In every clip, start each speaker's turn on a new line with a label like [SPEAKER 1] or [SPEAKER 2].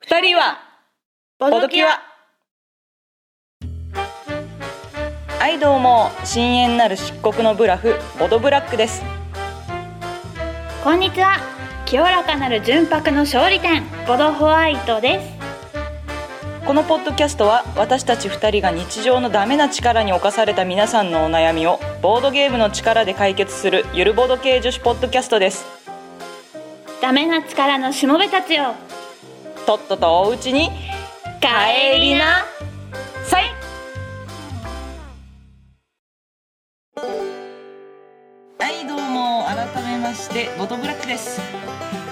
[SPEAKER 1] 二人はボドキュアはいどうも深淵なる漆黒のブラフボドブラックです
[SPEAKER 2] こんにちは清らかなる純白の勝利点ボドホワイトです
[SPEAKER 1] このポッドキャストは私たち2人が日常のダメな力に侵された皆さんのお悩みをボードゲームの力で解決するゆるボド系女子ポッドキャストです
[SPEAKER 2] ダメな力のしもべたちよ
[SPEAKER 1] とっととおうちに帰りなさいはいどうも改めましてボトブラックです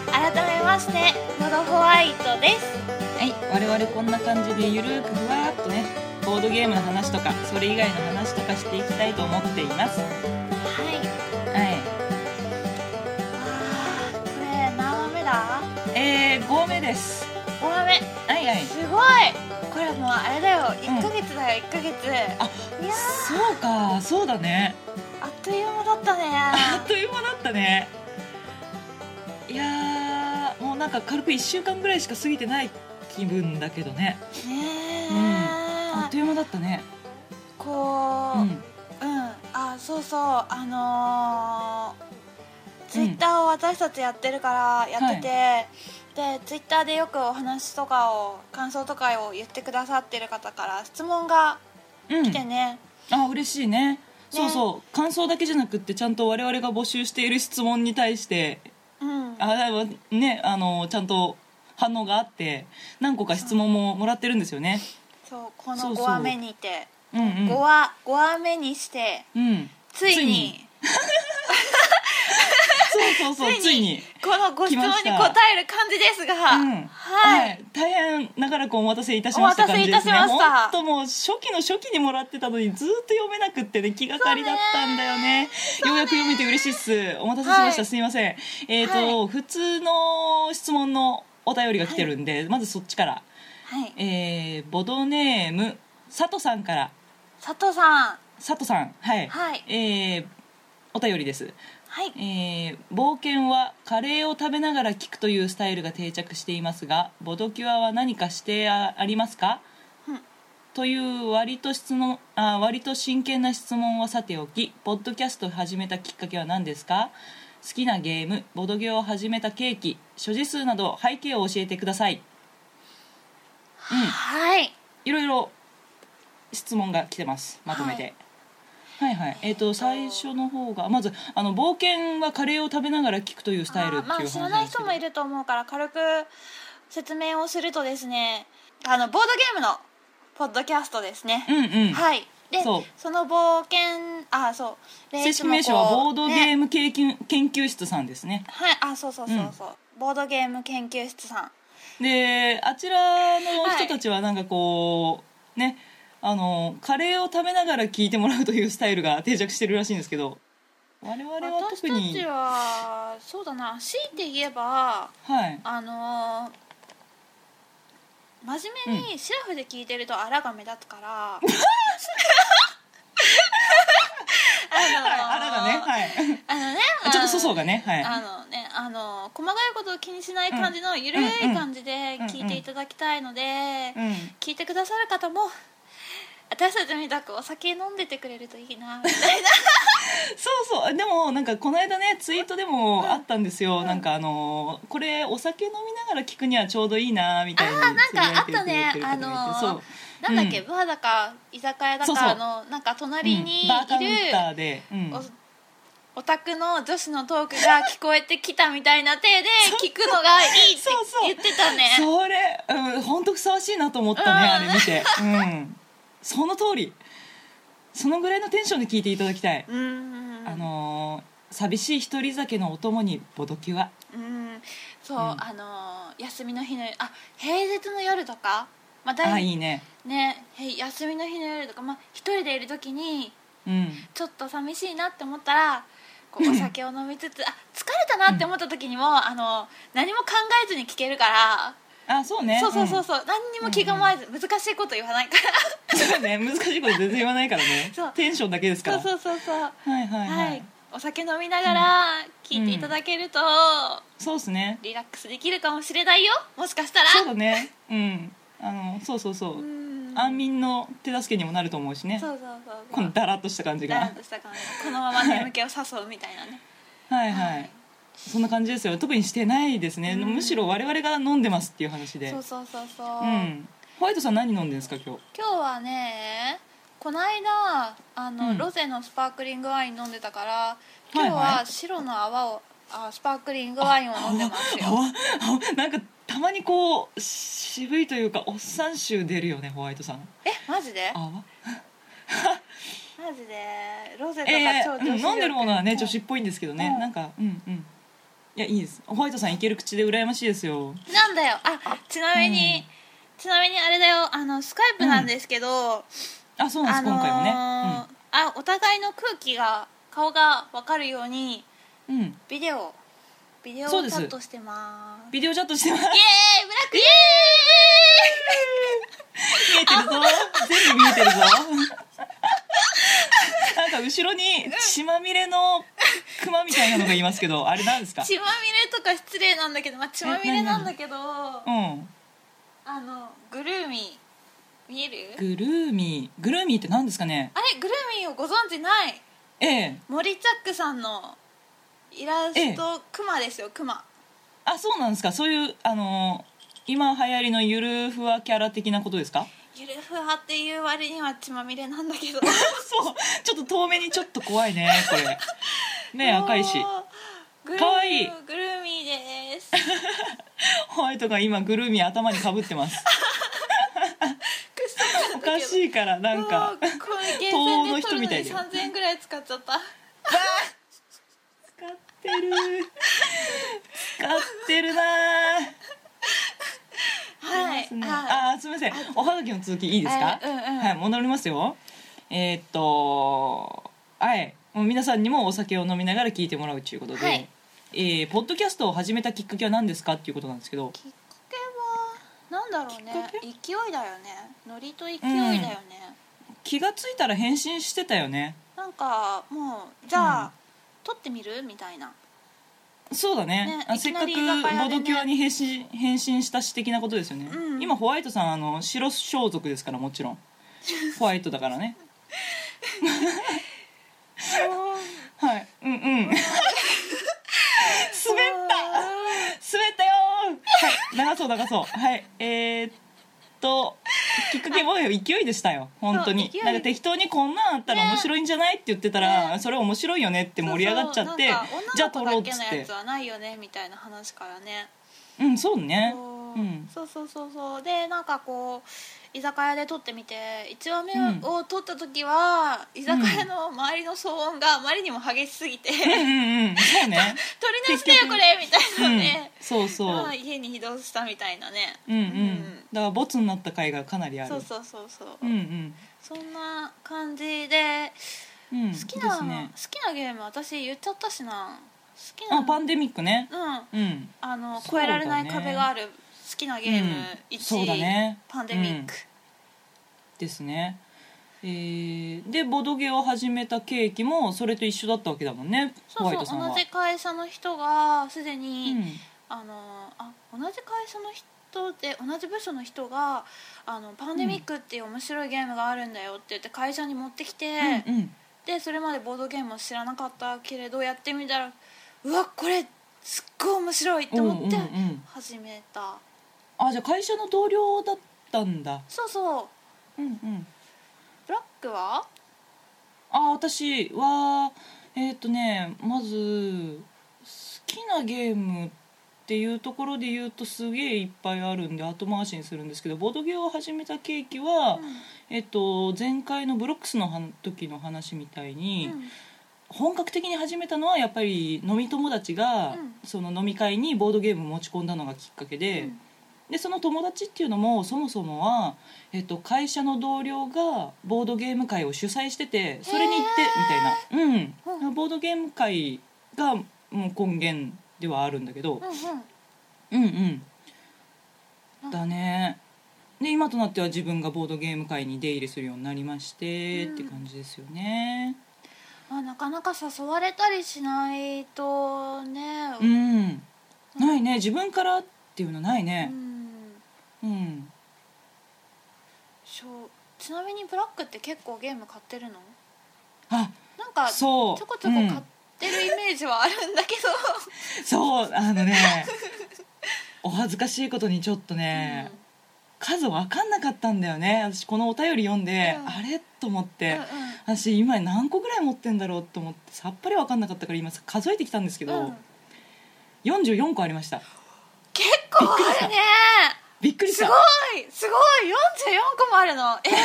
[SPEAKER 2] 改めましてボドホワイトです
[SPEAKER 1] はい我々こんな感じでゆるーくふわーっとねボードゲームの話とかそれ以外の話とかしていきたいと思っていますは
[SPEAKER 2] はいいこれ何話目だ
[SPEAKER 1] えー、5目です
[SPEAKER 2] 5話目
[SPEAKER 1] はいはい
[SPEAKER 2] すごいこれもうあれだよ1ヶ月だよ1ヶ月、
[SPEAKER 1] あ
[SPEAKER 2] いや
[SPEAKER 1] そうかそうだね
[SPEAKER 2] ーあっという間だ ったね
[SPEAKER 1] あっという間だったねいやーもうなんか軽く1週間ぐらいしか過ぎてない気分だけどね
[SPEAKER 2] ねえ、
[SPEAKER 1] あっという間だったね
[SPEAKER 2] こう、
[SPEAKER 1] う
[SPEAKER 2] うんん、あそうそうあのー、ツイッターを私たちやってるからやってて、でツイッターでよくお話とかを感想とかを言ってくださってる方から質問が
[SPEAKER 1] うん
[SPEAKER 2] 来てね、
[SPEAKER 1] あ嬉しいねそうそう感想だけじゃなくってちゃんと我々が募集している質問に対して
[SPEAKER 2] うん
[SPEAKER 1] あだねあのちゃんと反応があって何個か質問ももらってるんですよね
[SPEAKER 2] そうこ
[SPEAKER 1] そ
[SPEAKER 2] の
[SPEAKER 1] うそ
[SPEAKER 2] 5
[SPEAKER 1] う
[SPEAKER 2] 話目にて
[SPEAKER 1] うん
[SPEAKER 2] 5話5話目にして
[SPEAKER 1] うんうん
[SPEAKER 2] つい
[SPEAKER 1] ついに
[SPEAKER 2] に
[SPEAKER 1] そうそうそうついに
[SPEAKER 2] このご質問に答
[SPEAKER 1] 来ました
[SPEAKER 2] える感じですが、
[SPEAKER 1] うん
[SPEAKER 2] はい、
[SPEAKER 1] 大変長らくお待たせいたしました感じですね
[SPEAKER 2] お待たせいたしました
[SPEAKER 1] 本当もう初期の初期にもらってたのにずーっと読めなくってね気がかりだったんだよねようやく読めて嬉しいっすお待たせしました、
[SPEAKER 2] はい
[SPEAKER 1] すいませんえっ、と、普通の質問のお便りが来てるんで、まずそっちから
[SPEAKER 2] はい、
[SPEAKER 1] えーボドネーム佐藤さんから
[SPEAKER 2] 佐藤さん
[SPEAKER 1] 佐藤さんはい、
[SPEAKER 2] はい
[SPEAKER 1] えーお便りです
[SPEAKER 2] はい
[SPEAKER 1] えー冒険はカレーを食べながら聞くというスタイルが定着していますがボドキュアは何か指定あありますか、
[SPEAKER 2] うん
[SPEAKER 1] という割と質問あ割と真剣な質問はさておきポッドキャストを始めたきっかけは何ですか好きなゲームボドゲを始めた契機所持数など背景を教えてください
[SPEAKER 2] はい
[SPEAKER 1] いろいろ質問が来てますまとめて、はい、はいえっ、と最初の方がまずあの冒険はカレーを食べながら聞くというスタイルっていう
[SPEAKER 2] あー
[SPEAKER 1] 話
[SPEAKER 2] まあ知ら
[SPEAKER 1] な
[SPEAKER 2] なんい
[SPEAKER 1] ですけ
[SPEAKER 2] 人
[SPEAKER 1] ど
[SPEAKER 2] もいると思うから軽く説明をするとですねあのボードゲームのポッドキャストですね、
[SPEAKER 1] うんうん、
[SPEAKER 2] はいで
[SPEAKER 1] そう
[SPEAKER 2] その冒険あそうで
[SPEAKER 1] 正式名称はい
[SPEAKER 2] つもこ
[SPEAKER 1] ボ
[SPEAKER 2] う
[SPEAKER 1] ードゲ
[SPEAKER 2] ね
[SPEAKER 1] ーム研究,、研究室さんですね
[SPEAKER 2] はいあそうそうそうそう、ボードゲーム研究室さん
[SPEAKER 1] であちらの人たちはなんかこう、ねあのカレーを食べながら聞いてもらうというスタイルが定着してるらしいんですけど我々は
[SPEAKER 2] 私
[SPEAKER 1] 特
[SPEAKER 2] た
[SPEAKER 1] に
[SPEAKER 2] ちはそうだな強いて言えば
[SPEAKER 1] はい
[SPEAKER 2] あのー真面目にシラフで聞いてるとあらが目立つから、あの
[SPEAKER 1] あらがねはい
[SPEAKER 2] あのね
[SPEAKER 1] ちょっと粗相がねはい
[SPEAKER 2] あのねあの細かいことを気にしない感じのゆるい感じで聞いていただきたいので、
[SPEAKER 1] うん
[SPEAKER 2] 聞いてくださる方も私たちみたくお酒飲んでてくれるといいなみた いな
[SPEAKER 1] そうそうでもなんかこの間ねツイートでもあったんですよ、なんかあのーこれお酒飲みながら聞くにはちょうどいいなみたいに
[SPEAKER 2] あーなんかあったね
[SPEAKER 1] つぶやいてくれてる方がいて
[SPEAKER 2] あのー
[SPEAKER 1] そう
[SPEAKER 2] なんだっけ、
[SPEAKER 1] う
[SPEAKER 2] バーだか居酒屋だか
[SPEAKER 1] そうそう
[SPEAKER 2] のなんか隣にい
[SPEAKER 1] うん
[SPEAKER 2] る
[SPEAKER 1] バーカウンターで、うん
[SPEAKER 2] おオタクの女子のトークが聞こえてきたみたいな体 で聞くのがいいって
[SPEAKER 1] そうそう
[SPEAKER 2] 言ってたね
[SPEAKER 1] それ、うん、本当ふさわしいなと思ったね、
[SPEAKER 2] うん
[SPEAKER 1] あれ見て、うん、その通りそのぐらいのテンションで聞いていただきたい、
[SPEAKER 2] うん
[SPEAKER 1] あのー寂しい一人酒のお供にボドキュア
[SPEAKER 2] うんそう、
[SPEAKER 1] うん
[SPEAKER 2] あのー休みの日の夜あ平日の夜とかまあ
[SPEAKER 1] あー
[SPEAKER 2] 大
[SPEAKER 1] いいね
[SPEAKER 2] ねへい休みの日の夜とかまあ一人でいる時に
[SPEAKER 1] うん
[SPEAKER 2] ちょっと寂しいなって思ったらこうお酒を飲 みつつあ疲れたなって思った時にも、あの何も考えずに聞けるから、
[SPEAKER 1] あそうね
[SPEAKER 2] そうそうそううそう、何にも気構えず、難しいこと言わないか
[SPEAKER 1] んそうね難しいこと全然言わないからね
[SPEAKER 2] そう
[SPEAKER 1] テンションだけですからら
[SPEAKER 2] そうそうそうそう
[SPEAKER 1] はいはいはい、
[SPEAKER 2] はいお酒飲みながら聞いていただけると、
[SPEAKER 1] そうですね
[SPEAKER 2] リラックスできるかもしれないよもしかしたら
[SPEAKER 1] そうだねうんあのそうそうそう、
[SPEAKER 2] うん
[SPEAKER 1] 安眠の手助けにもなると思うしね
[SPEAKER 2] そうそうそうそう
[SPEAKER 1] このダラっとした感じ
[SPEAKER 2] だら
[SPEAKER 1] が
[SPEAKER 2] っとした感じこのまま眠気を誘うみたいなね
[SPEAKER 1] はいはいそんな感じですよ特にしてないですね、
[SPEAKER 2] うん
[SPEAKER 1] むしろ我々が飲んでますっていう話で
[SPEAKER 2] そうそうそうそう、
[SPEAKER 1] うんホワイトさん何飲んでるんですか今日
[SPEAKER 2] 今日はねこの間あの、
[SPEAKER 1] うん
[SPEAKER 2] ロゼのスパークリングワイン飲んでたから
[SPEAKER 1] い
[SPEAKER 2] 今
[SPEAKER 1] はい
[SPEAKER 2] 日は白の泡を、あスパークリングワインを飲んでます
[SPEAKER 1] あ
[SPEAKER 2] よ
[SPEAKER 1] わあなんかたまにこう渋いというかおっさん臭出るよねホワイトさん
[SPEAKER 2] えマジで
[SPEAKER 1] あわ
[SPEAKER 2] マジでロゼと
[SPEAKER 1] ええ
[SPEAKER 2] か超女子力、
[SPEAKER 1] うん飲んでるものはね
[SPEAKER 2] うん
[SPEAKER 1] 女子っぽいんですけどね、
[SPEAKER 2] うん
[SPEAKER 1] なんかうんうんいやいいですホワイトさんいける口で羨ましいですよ
[SPEAKER 2] なんだよあちなみに、
[SPEAKER 1] うん
[SPEAKER 2] ちなみにあれだよあのスカイプなんですけど、
[SPEAKER 1] あそうな
[SPEAKER 2] あ
[SPEAKER 1] んで
[SPEAKER 2] の
[SPEAKER 1] す、今
[SPEAKER 2] ー
[SPEAKER 1] 回もね
[SPEAKER 2] あお互いの空気が顔が分かるように
[SPEAKER 1] うん、うん、
[SPEAKER 2] ビデオビデオチ
[SPEAKER 1] そう
[SPEAKER 2] ャ
[SPEAKER 1] です
[SPEAKER 2] ットしてます
[SPEAKER 1] ビデオチャットしてます
[SPEAKER 2] イエーイブラックイエーイ
[SPEAKER 1] 見えてるぞ 全部見えてるぞ なんか後ろに血まみれのクマみたいなのがいますけ どあれなんですか
[SPEAKER 2] 血まみれとか失礼なんだけど、まあ、血まみれなんだけどあ
[SPEAKER 1] うん
[SPEAKER 2] のグルーミー見える
[SPEAKER 1] グルーミーグルーミーって何ですかね
[SPEAKER 2] あれグルーミーをご存知ない
[SPEAKER 1] ええ
[SPEAKER 2] 森チャックさんのイラストクマですよクマ
[SPEAKER 1] あそうなんですかそういうあのー今流行りのゆるふわキャラ的なことですか
[SPEAKER 2] ゆるふわっていう割には血まみれなんだけど
[SPEAKER 1] そうちょっと遠目にちょっと怖いねこれねえ
[SPEAKER 2] もう
[SPEAKER 1] 赤いし
[SPEAKER 2] グルー
[SPEAKER 1] かわいい
[SPEAKER 2] グルーミーです
[SPEAKER 1] ホワイトが今グルーミー頭にかぶって ますおかしいからなん
[SPEAKER 2] もう
[SPEAKER 1] か
[SPEAKER 2] これ厳
[SPEAKER 1] 東欧の
[SPEAKER 2] 選で
[SPEAKER 1] 人
[SPEAKER 2] 取る
[SPEAKER 1] み
[SPEAKER 2] の
[SPEAKER 1] たいだ
[SPEAKER 2] に
[SPEAKER 1] よ
[SPEAKER 2] 3000円ぐらい使っちゃった
[SPEAKER 1] 使ってる使ってるな
[SPEAKER 2] はい、
[SPEAKER 1] ですね
[SPEAKER 2] はい
[SPEAKER 1] あーすみませんおはがきの続きいいですか、
[SPEAKER 2] あうんうん
[SPEAKER 1] はい戻りますよえーっとはいもう皆さんにもお酒を飲みながら聞いてもらうということで、
[SPEAKER 2] はい
[SPEAKER 1] えーポッドキャストを始めたきっかけは何ですかっていうことなんですけど
[SPEAKER 2] きっかけはなんだろうね
[SPEAKER 1] きっか
[SPEAKER 2] 勢いだよねノリと勢いだよね、
[SPEAKER 1] 気がついたら返信してたよね
[SPEAKER 2] なんかもうじゃあ、
[SPEAKER 1] うん
[SPEAKER 2] 撮ってみるみたいな
[SPEAKER 1] そうだね
[SPEAKER 2] ね
[SPEAKER 1] あ
[SPEAKER 2] い
[SPEAKER 1] せ
[SPEAKER 2] き
[SPEAKER 1] っ
[SPEAKER 2] な
[SPEAKER 1] か
[SPEAKER 2] り
[SPEAKER 1] く
[SPEAKER 2] 居酒屋でね
[SPEAKER 1] ボドキュアに返信返信したし的なことですよね、
[SPEAKER 2] うん
[SPEAKER 1] 今ホワイトさんあの白装束ですからもちろんホワイトだからねはいうんうん 滑った滑ったよーはい流そう流そうはいえー、っときっかけも勢いでしたよ本当に
[SPEAKER 2] そう勢い
[SPEAKER 1] なんか適当にこんなんあったら
[SPEAKER 2] ね
[SPEAKER 1] 面白いんじゃないって言ってたら、
[SPEAKER 2] ね
[SPEAKER 1] それ面白いよねって盛り上がっちゃってじ
[SPEAKER 2] じ
[SPEAKER 1] ゃ
[SPEAKER 2] ゃ
[SPEAKER 1] あ
[SPEAKER 2] あ
[SPEAKER 1] 撮
[SPEAKER 2] 撮
[SPEAKER 1] ろ
[SPEAKER 2] ろ
[SPEAKER 1] う
[SPEAKER 2] う
[SPEAKER 1] っ
[SPEAKER 2] っ
[SPEAKER 1] つ
[SPEAKER 2] つ
[SPEAKER 1] っ
[SPEAKER 2] っててやつはないよねみたいな話からね
[SPEAKER 1] うんそうね
[SPEAKER 2] そう
[SPEAKER 1] うん
[SPEAKER 2] そうそうそうそうでなんかこう居酒屋で撮ってみて1話目
[SPEAKER 1] うん
[SPEAKER 2] を撮った時は、居酒屋の周りの騒音があまりにも激しすぎ て、
[SPEAKER 1] うんうんうんそうね
[SPEAKER 2] 撮り直してよこれみたいなね、
[SPEAKER 1] うん、そうそう、
[SPEAKER 2] まあ家に移動したみたいなね
[SPEAKER 1] うんうん、
[SPEAKER 2] うん
[SPEAKER 1] だからボツになった回がかなりある
[SPEAKER 2] そうそうそうそう、
[SPEAKER 1] うんうん
[SPEAKER 2] そんな感じで
[SPEAKER 1] うん、
[SPEAKER 2] 好きな、
[SPEAKER 1] ですね
[SPEAKER 2] 好きなゲーム私言っちゃったしな好きな
[SPEAKER 1] あパンデミックね
[SPEAKER 2] うん
[SPEAKER 1] うん
[SPEAKER 2] あの
[SPEAKER 1] そうだ
[SPEAKER 2] 超
[SPEAKER 1] ね
[SPEAKER 2] えられない壁がある好きなゲーム
[SPEAKER 1] うん、
[SPEAKER 2] 1
[SPEAKER 1] そう
[SPEAKER 2] 位、
[SPEAKER 1] だね
[SPEAKER 2] パンデミック、
[SPEAKER 1] ですねえー、でボドゲを始めたケーキもそれと一緒だったわけだもんねホワイ
[SPEAKER 2] そ
[SPEAKER 1] ト
[SPEAKER 2] う
[SPEAKER 1] さ
[SPEAKER 2] そ
[SPEAKER 1] んは
[SPEAKER 2] う同じ会社の人がすでに、
[SPEAKER 1] うん
[SPEAKER 2] あのあ同じ会社の人で同じ部署の人があのパンデミックっていう面白いゲームがあるんだよって言って会社に持ってきて、
[SPEAKER 1] うんうん
[SPEAKER 2] でそれまでボードゲームを知らなかったけれどやってみたらうわこれすっごい面白いと
[SPEAKER 1] うんうん
[SPEAKER 2] 思
[SPEAKER 1] う
[SPEAKER 2] って
[SPEAKER 1] ん
[SPEAKER 2] 始めた、
[SPEAKER 1] あじゃあ会社の同僚だったんだ
[SPEAKER 2] そうそ
[SPEAKER 1] う
[SPEAKER 2] う
[SPEAKER 1] んうん
[SPEAKER 2] ブラックは
[SPEAKER 1] あ私はえーっ、とねまず好きなゲームっていうところで言うとすげえいっぱいあるんで後回しにするんですけどボードゲーを始めた契機は、えーっ、と前回のブロックスのは時の話みたいに、
[SPEAKER 2] うん
[SPEAKER 1] 本格的に始めたのはやっぱり飲み友達が、
[SPEAKER 2] うん
[SPEAKER 1] その飲み会にボードゲーム持ち込んだのがきっかけで。でその友達っていうのもそもそもは、えっと、会社の同僚がボードゲーム会を主催しててそれに行ってみたいな、うん
[SPEAKER 2] う
[SPEAKER 1] ボードゲーム会がもう根源ではあるんだけど
[SPEAKER 2] うん、うん
[SPEAKER 1] うんうん
[SPEAKER 2] うん
[SPEAKER 1] だねで今となっては自分がボードゲーム会に出入りするようになりまして、
[SPEAKER 2] うん
[SPEAKER 1] って感じですよね
[SPEAKER 2] まあ、なかなか誘われたりしないとね
[SPEAKER 1] うんないね自分からっていうのないね
[SPEAKER 2] うん
[SPEAKER 1] うん
[SPEAKER 2] そうちなみにブラックって結構ゲーム買ってるの
[SPEAKER 1] あ
[SPEAKER 2] なんかち
[SPEAKER 1] そ
[SPEAKER 2] ょ
[SPEAKER 1] う
[SPEAKER 2] こちょこ買ってるイメージはあるんだけど、
[SPEAKER 1] うんそうあのね お恥ずかしいことにちょっとね、数分かんなかったんだよね私このお便り読んで、
[SPEAKER 2] うん
[SPEAKER 1] あれと思っ
[SPEAKER 2] うん、
[SPEAKER 1] て、
[SPEAKER 2] うんうん
[SPEAKER 1] 私今何個ぐらい持ってんだろうと思ってさっぱり分かんなかったから今数えてきたんですけど、
[SPEAKER 2] うん
[SPEAKER 1] 44個ありました
[SPEAKER 2] 結構あるね
[SPEAKER 1] びっくりし
[SPEAKER 2] す
[SPEAKER 1] た
[SPEAKER 2] ごいすごい44個もあるのえも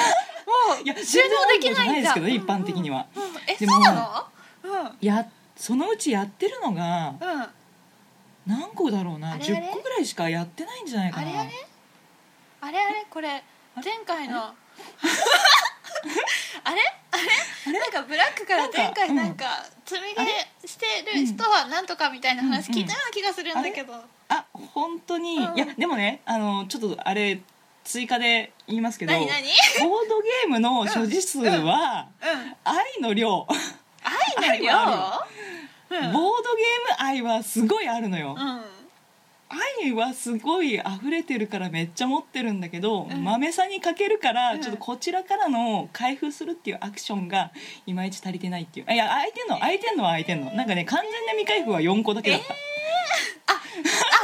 [SPEAKER 2] う
[SPEAKER 1] いや
[SPEAKER 2] 収納できない
[SPEAKER 1] 全然多い方
[SPEAKER 2] んだ
[SPEAKER 1] じゃないですけどね、
[SPEAKER 2] うん
[SPEAKER 1] 一般的には
[SPEAKER 2] うんえ
[SPEAKER 1] で
[SPEAKER 2] そ
[SPEAKER 1] も
[SPEAKER 2] うなのうん
[SPEAKER 1] やそのうちやってるのが
[SPEAKER 2] うんあ
[SPEAKER 1] 何個だろうな
[SPEAKER 2] あれあれ
[SPEAKER 1] 10個ぐらいしかやってないんじゃないかな
[SPEAKER 2] れあれあれあれこれ前回のあれ あれなんかブラックから前回な
[SPEAKER 1] なんん
[SPEAKER 2] か積み
[SPEAKER 1] あ
[SPEAKER 2] 毛してる人はなんとかみたいな話聞いたような気がするんだけど
[SPEAKER 1] あ本当に、
[SPEAKER 2] うん
[SPEAKER 1] いやでもねあのちょっとあれ追加で言いますけど
[SPEAKER 2] 何何
[SPEAKER 1] ボードゲームの所持数は、
[SPEAKER 2] うん
[SPEAKER 1] 愛の量、
[SPEAKER 2] 愛の量
[SPEAKER 1] 愛はボー
[SPEAKER 2] う
[SPEAKER 1] ドゲ
[SPEAKER 2] ん
[SPEAKER 1] ーム愛はすごいあるのよ、
[SPEAKER 2] うん
[SPEAKER 1] 愛はすごい溢れてるからめっちゃ持ってるんだけど、
[SPEAKER 2] うん
[SPEAKER 1] 豆さにかけるから、
[SPEAKER 2] うん
[SPEAKER 1] ちょっとこちらからの開封するっていうアクションがいまいち足りてないっていうあいや空いてんの空いてんのは空いてんのなんかね完全な未開封は4個だけだった、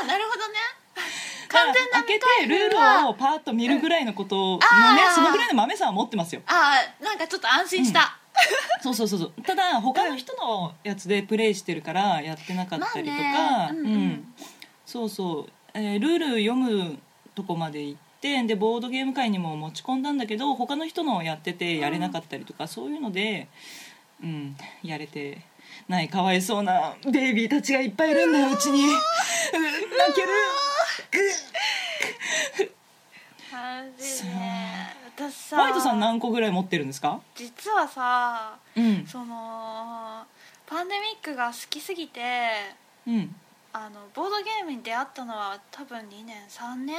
[SPEAKER 2] あなるほどね完全
[SPEAKER 1] だ
[SPEAKER 2] な
[SPEAKER 1] から
[SPEAKER 2] 未
[SPEAKER 1] 開けて
[SPEAKER 2] 開
[SPEAKER 1] ル
[SPEAKER 2] 封
[SPEAKER 1] ール
[SPEAKER 2] は
[SPEAKER 1] をパーッと見るぐらいのことのね
[SPEAKER 2] あー
[SPEAKER 1] そのぐらいの豆さんは持ってますよ
[SPEAKER 2] あーなんかちょっと安心した、
[SPEAKER 1] そうそうそうそうただ他の人のやつでプレイしてるからやってなかったりとか、
[SPEAKER 2] まあねうんうん
[SPEAKER 1] そうそう、えールール読むとこまで行ってでボードゲーム会にも持ち込んだんだけど他の人のやっててやれなかったりとか、そういうので、うん、やれてないかわいそうなベイビーたちがいっぱいいるんだようちにうん泣ける
[SPEAKER 2] マジね私さ
[SPEAKER 1] ホワイトさん何個ぐらい持ってるんですか
[SPEAKER 2] 実はさ
[SPEAKER 1] うん、
[SPEAKER 2] そのパンデミックが好きすぎて
[SPEAKER 1] うん、
[SPEAKER 2] あのボードゲームに出会ったのは多分2年3年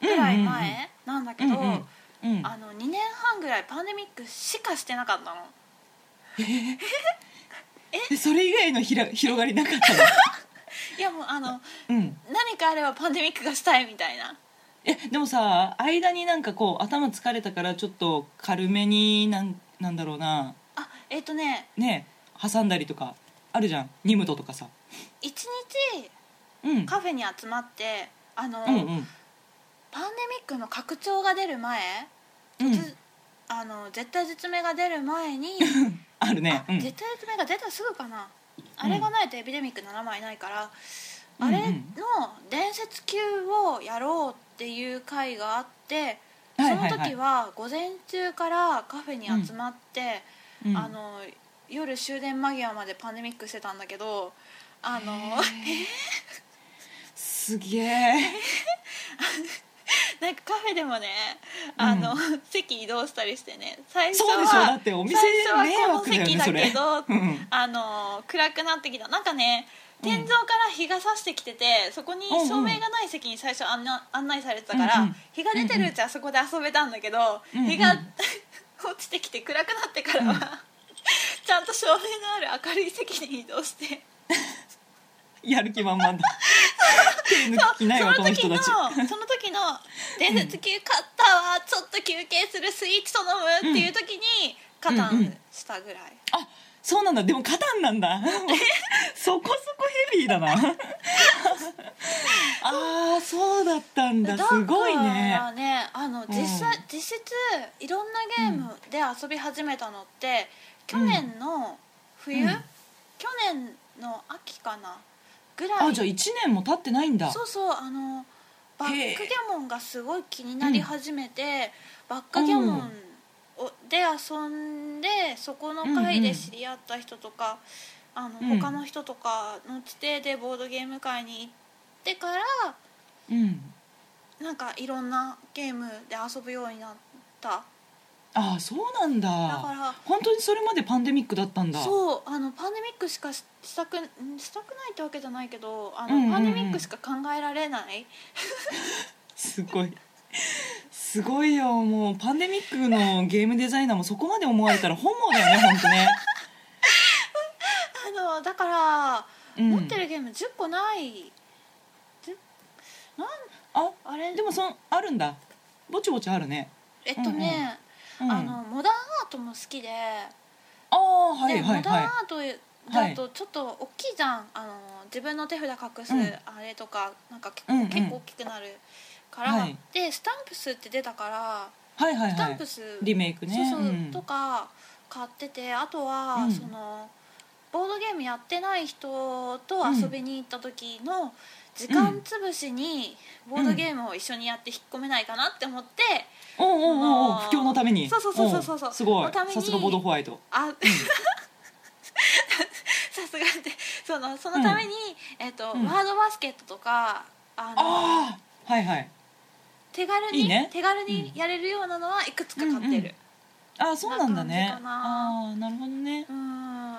[SPEAKER 2] ぐらい前なんだけど、
[SPEAKER 1] うんうんうん
[SPEAKER 2] あの2年半ぐらいパンデミックしかしてなかったの
[SPEAKER 1] でそれ以外のひら広がりなかったの
[SPEAKER 2] いやもうあの
[SPEAKER 1] うん
[SPEAKER 2] 何かあればパンデミックがしたいみたいな
[SPEAKER 1] えでもさ間になんかこう頭疲れたからちょっと軽めになんなんだろうな
[SPEAKER 2] あえっ、とね
[SPEAKER 1] ね挟んだりとかあるじゃんニムトとかさ
[SPEAKER 2] 1日
[SPEAKER 1] うん
[SPEAKER 2] カフェに集まってあの、
[SPEAKER 1] うんうん
[SPEAKER 2] パンデミックの拡張が出る前、
[SPEAKER 1] うん
[SPEAKER 2] つあの絶対絶命が出る 前に
[SPEAKER 1] あるね
[SPEAKER 2] あ
[SPEAKER 1] うん
[SPEAKER 2] 絶対絶命が出たすぐかな、あれがないとエビデミック7枚ないから、
[SPEAKER 1] うん
[SPEAKER 2] あ
[SPEAKER 1] うん
[SPEAKER 2] れの伝説級をやろうっていう会があって、
[SPEAKER 1] はいはいはい
[SPEAKER 2] その時は午前中からカフェに集まって、
[SPEAKER 1] うん
[SPEAKER 2] あの夜終電間際までパンデミックしてたんだけどあの
[SPEAKER 1] すげえ
[SPEAKER 2] なんかカフェでもねあの、
[SPEAKER 1] う
[SPEAKER 2] 席移動したりしてね最初
[SPEAKER 1] そうでしょだ
[SPEAKER 2] は
[SPEAKER 1] ってお店
[SPEAKER 2] 最初は
[SPEAKER 1] 迷惑
[SPEAKER 2] この
[SPEAKER 1] だよ
[SPEAKER 2] 席
[SPEAKER 1] ね
[SPEAKER 2] だ
[SPEAKER 1] それ
[SPEAKER 2] けど、
[SPEAKER 1] うん
[SPEAKER 2] あの暗くなってきたなんかね
[SPEAKER 1] うん
[SPEAKER 2] 天井から日が差してきててそこに
[SPEAKER 1] うんうん
[SPEAKER 2] 照明がない席に最初案内案内されてたから、
[SPEAKER 1] うんうん
[SPEAKER 2] 日が出てるうちはそこで遊べたんだけど、
[SPEAKER 1] うんうん
[SPEAKER 2] 日が 落ちてきて暗くなってからは、
[SPEAKER 1] うん
[SPEAKER 2] ちゃんと照明のある明るい席に移動して
[SPEAKER 1] やる気満 々だ手抜き
[SPEAKER 2] そ
[SPEAKER 1] 気ないわ
[SPEAKER 2] そ
[SPEAKER 1] こ
[SPEAKER 2] の
[SPEAKER 1] の
[SPEAKER 2] 時
[SPEAKER 1] 人
[SPEAKER 2] の
[SPEAKER 1] たち
[SPEAKER 2] その時の伝説級買ったわ、ちょっと休憩するスイーツ頼むっていう時にカタ
[SPEAKER 1] うんう
[SPEAKER 2] ン
[SPEAKER 1] ん
[SPEAKER 2] したぐらい、
[SPEAKER 1] あそうなんだでもカタンなん だそこそこヘビーだなあーそうだったんだ
[SPEAKER 2] だ
[SPEAKER 1] すごい
[SPEAKER 2] か
[SPEAKER 1] ね
[SPEAKER 2] らねあの実際、
[SPEAKER 1] うん
[SPEAKER 2] 実質いろんなゲームで遊び始めたのって、去年の冬、
[SPEAKER 1] うん
[SPEAKER 2] 去年の秋かなぐら
[SPEAKER 1] あ
[SPEAKER 2] い
[SPEAKER 1] じゃあ1年も経ってないんだ
[SPEAKER 2] そうそうあのバックギャモンがすごい気になり始めて、バックギャモンをで遊んでそこの会で知り合った人とか、あの
[SPEAKER 1] うん
[SPEAKER 2] 他の人とかのつてでボードゲーム会に行ってから
[SPEAKER 1] うん
[SPEAKER 2] なんかいろんなゲームで遊ぶようになった
[SPEAKER 1] ああそうなんだ
[SPEAKER 2] だから
[SPEAKER 1] 本当にそれまでパンデミックだったんだ
[SPEAKER 2] そうあのパンデミックしかししたくんしたくないってわけじゃないけどあの、
[SPEAKER 1] うんうんうん
[SPEAKER 2] パンデミックしか考えられない
[SPEAKER 1] すごいすごいよもうパンデミックのゲームデザイナーもそこまで思われたら本望だよね本当ね
[SPEAKER 2] のだから、
[SPEAKER 1] うん
[SPEAKER 2] 持ってるゲーム10個ない10なん
[SPEAKER 1] あ
[SPEAKER 2] あれ
[SPEAKER 1] でもそんあるんだぼちぼちあるね、
[SPEAKER 2] えっとね、
[SPEAKER 1] うん、
[SPEAKER 2] あのモダンアートも好きで,、
[SPEAKER 1] あーはい
[SPEAKER 2] で
[SPEAKER 1] は
[SPEAKER 2] モ
[SPEAKER 1] い
[SPEAKER 2] ダン
[SPEAKER 1] は
[SPEAKER 2] アートだとちょっと大きいじゃんあの自分の手札隠す
[SPEAKER 1] うん
[SPEAKER 2] あれとかなんか結
[SPEAKER 1] うんうん
[SPEAKER 2] 構結構大きくなるから、
[SPEAKER 1] はい
[SPEAKER 2] でスタンプスって出たから
[SPEAKER 1] いはいはい
[SPEAKER 2] スタ
[SPEAKER 1] は
[SPEAKER 2] ンプ
[SPEAKER 1] い
[SPEAKER 2] ス、
[SPEAKER 1] リメイクね
[SPEAKER 2] そうそう、
[SPEAKER 1] ん
[SPEAKER 2] とか買っててあとは、
[SPEAKER 1] うん
[SPEAKER 2] そのボードゲームやってない人と遊びに行った時の時間つぶしにボードゲームを一緒にやって引っ込めないかなって思って、
[SPEAKER 1] おうおうおうおう
[SPEAKER 2] その
[SPEAKER 1] 不況のために
[SPEAKER 2] そうそうそうそうそう
[SPEAKER 1] おすごい
[SPEAKER 2] のため
[SPEAKER 1] さ
[SPEAKER 2] に
[SPEAKER 1] すがボードホワイト
[SPEAKER 2] あさすがってそのそのために、えっと
[SPEAKER 1] うん
[SPEAKER 2] ワードバスケットとかあの
[SPEAKER 1] ああはいはい
[SPEAKER 2] 手軽に
[SPEAKER 1] いいね
[SPEAKER 2] 手軽にやれるようなのはいくつか買ってる。
[SPEAKER 1] あーそうなんだね
[SPEAKER 2] こんな感じかな
[SPEAKER 1] ああーなるほどね
[SPEAKER 2] うん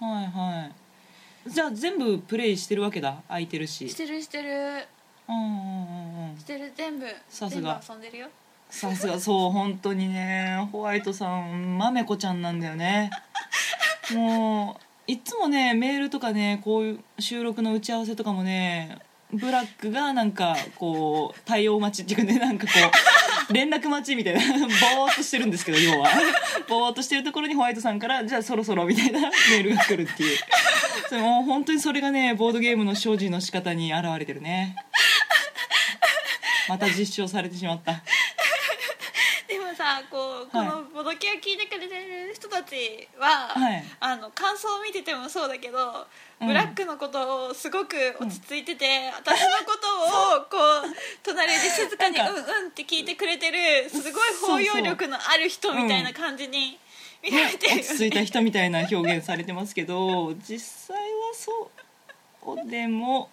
[SPEAKER 1] はいはいじゃあ全部プレイしてるわけだ空いてるし
[SPEAKER 2] してるして
[SPEAKER 1] うん
[SPEAKER 2] る
[SPEAKER 1] うんうんうん
[SPEAKER 2] してる全部
[SPEAKER 1] さす
[SPEAKER 2] 全部
[SPEAKER 1] が
[SPEAKER 2] 遊んでるよ
[SPEAKER 1] さすがそう本当にねホワイトさんまめこちゃんなんだよねもういつもねメールとかねこういう収録の打ち合わせとかもねブラックがなんかこう対応待ちっていうかねなんかこう連絡待ちみたいなぼーっとしてるんですけど要はぼーっとしてるところにホワイトさんからじゃあそろそろみたいなメールが来るっていうそれもう本当にそれがねボードゲームの精進の仕方に現れてるねまた実証されてしまった
[SPEAKER 2] でもさこうこ
[SPEAKER 1] は
[SPEAKER 2] のボドキを聞いてくれてる人たちは、
[SPEAKER 1] はい
[SPEAKER 2] あの感想を見ててもそうだけど、
[SPEAKER 1] うん
[SPEAKER 2] ブラックのことをすごく落ち着いてて、私の ことをこう隣で静かに「う
[SPEAKER 1] なん
[SPEAKER 2] ん
[SPEAKER 1] か
[SPEAKER 2] うん」って聞いてくれてるすごい包容力のある人みたいな感じに見られてる
[SPEAKER 1] 落
[SPEAKER 2] よ
[SPEAKER 1] ち
[SPEAKER 2] ね
[SPEAKER 1] 着いた人みたいな表現されてますけど実際はそうでも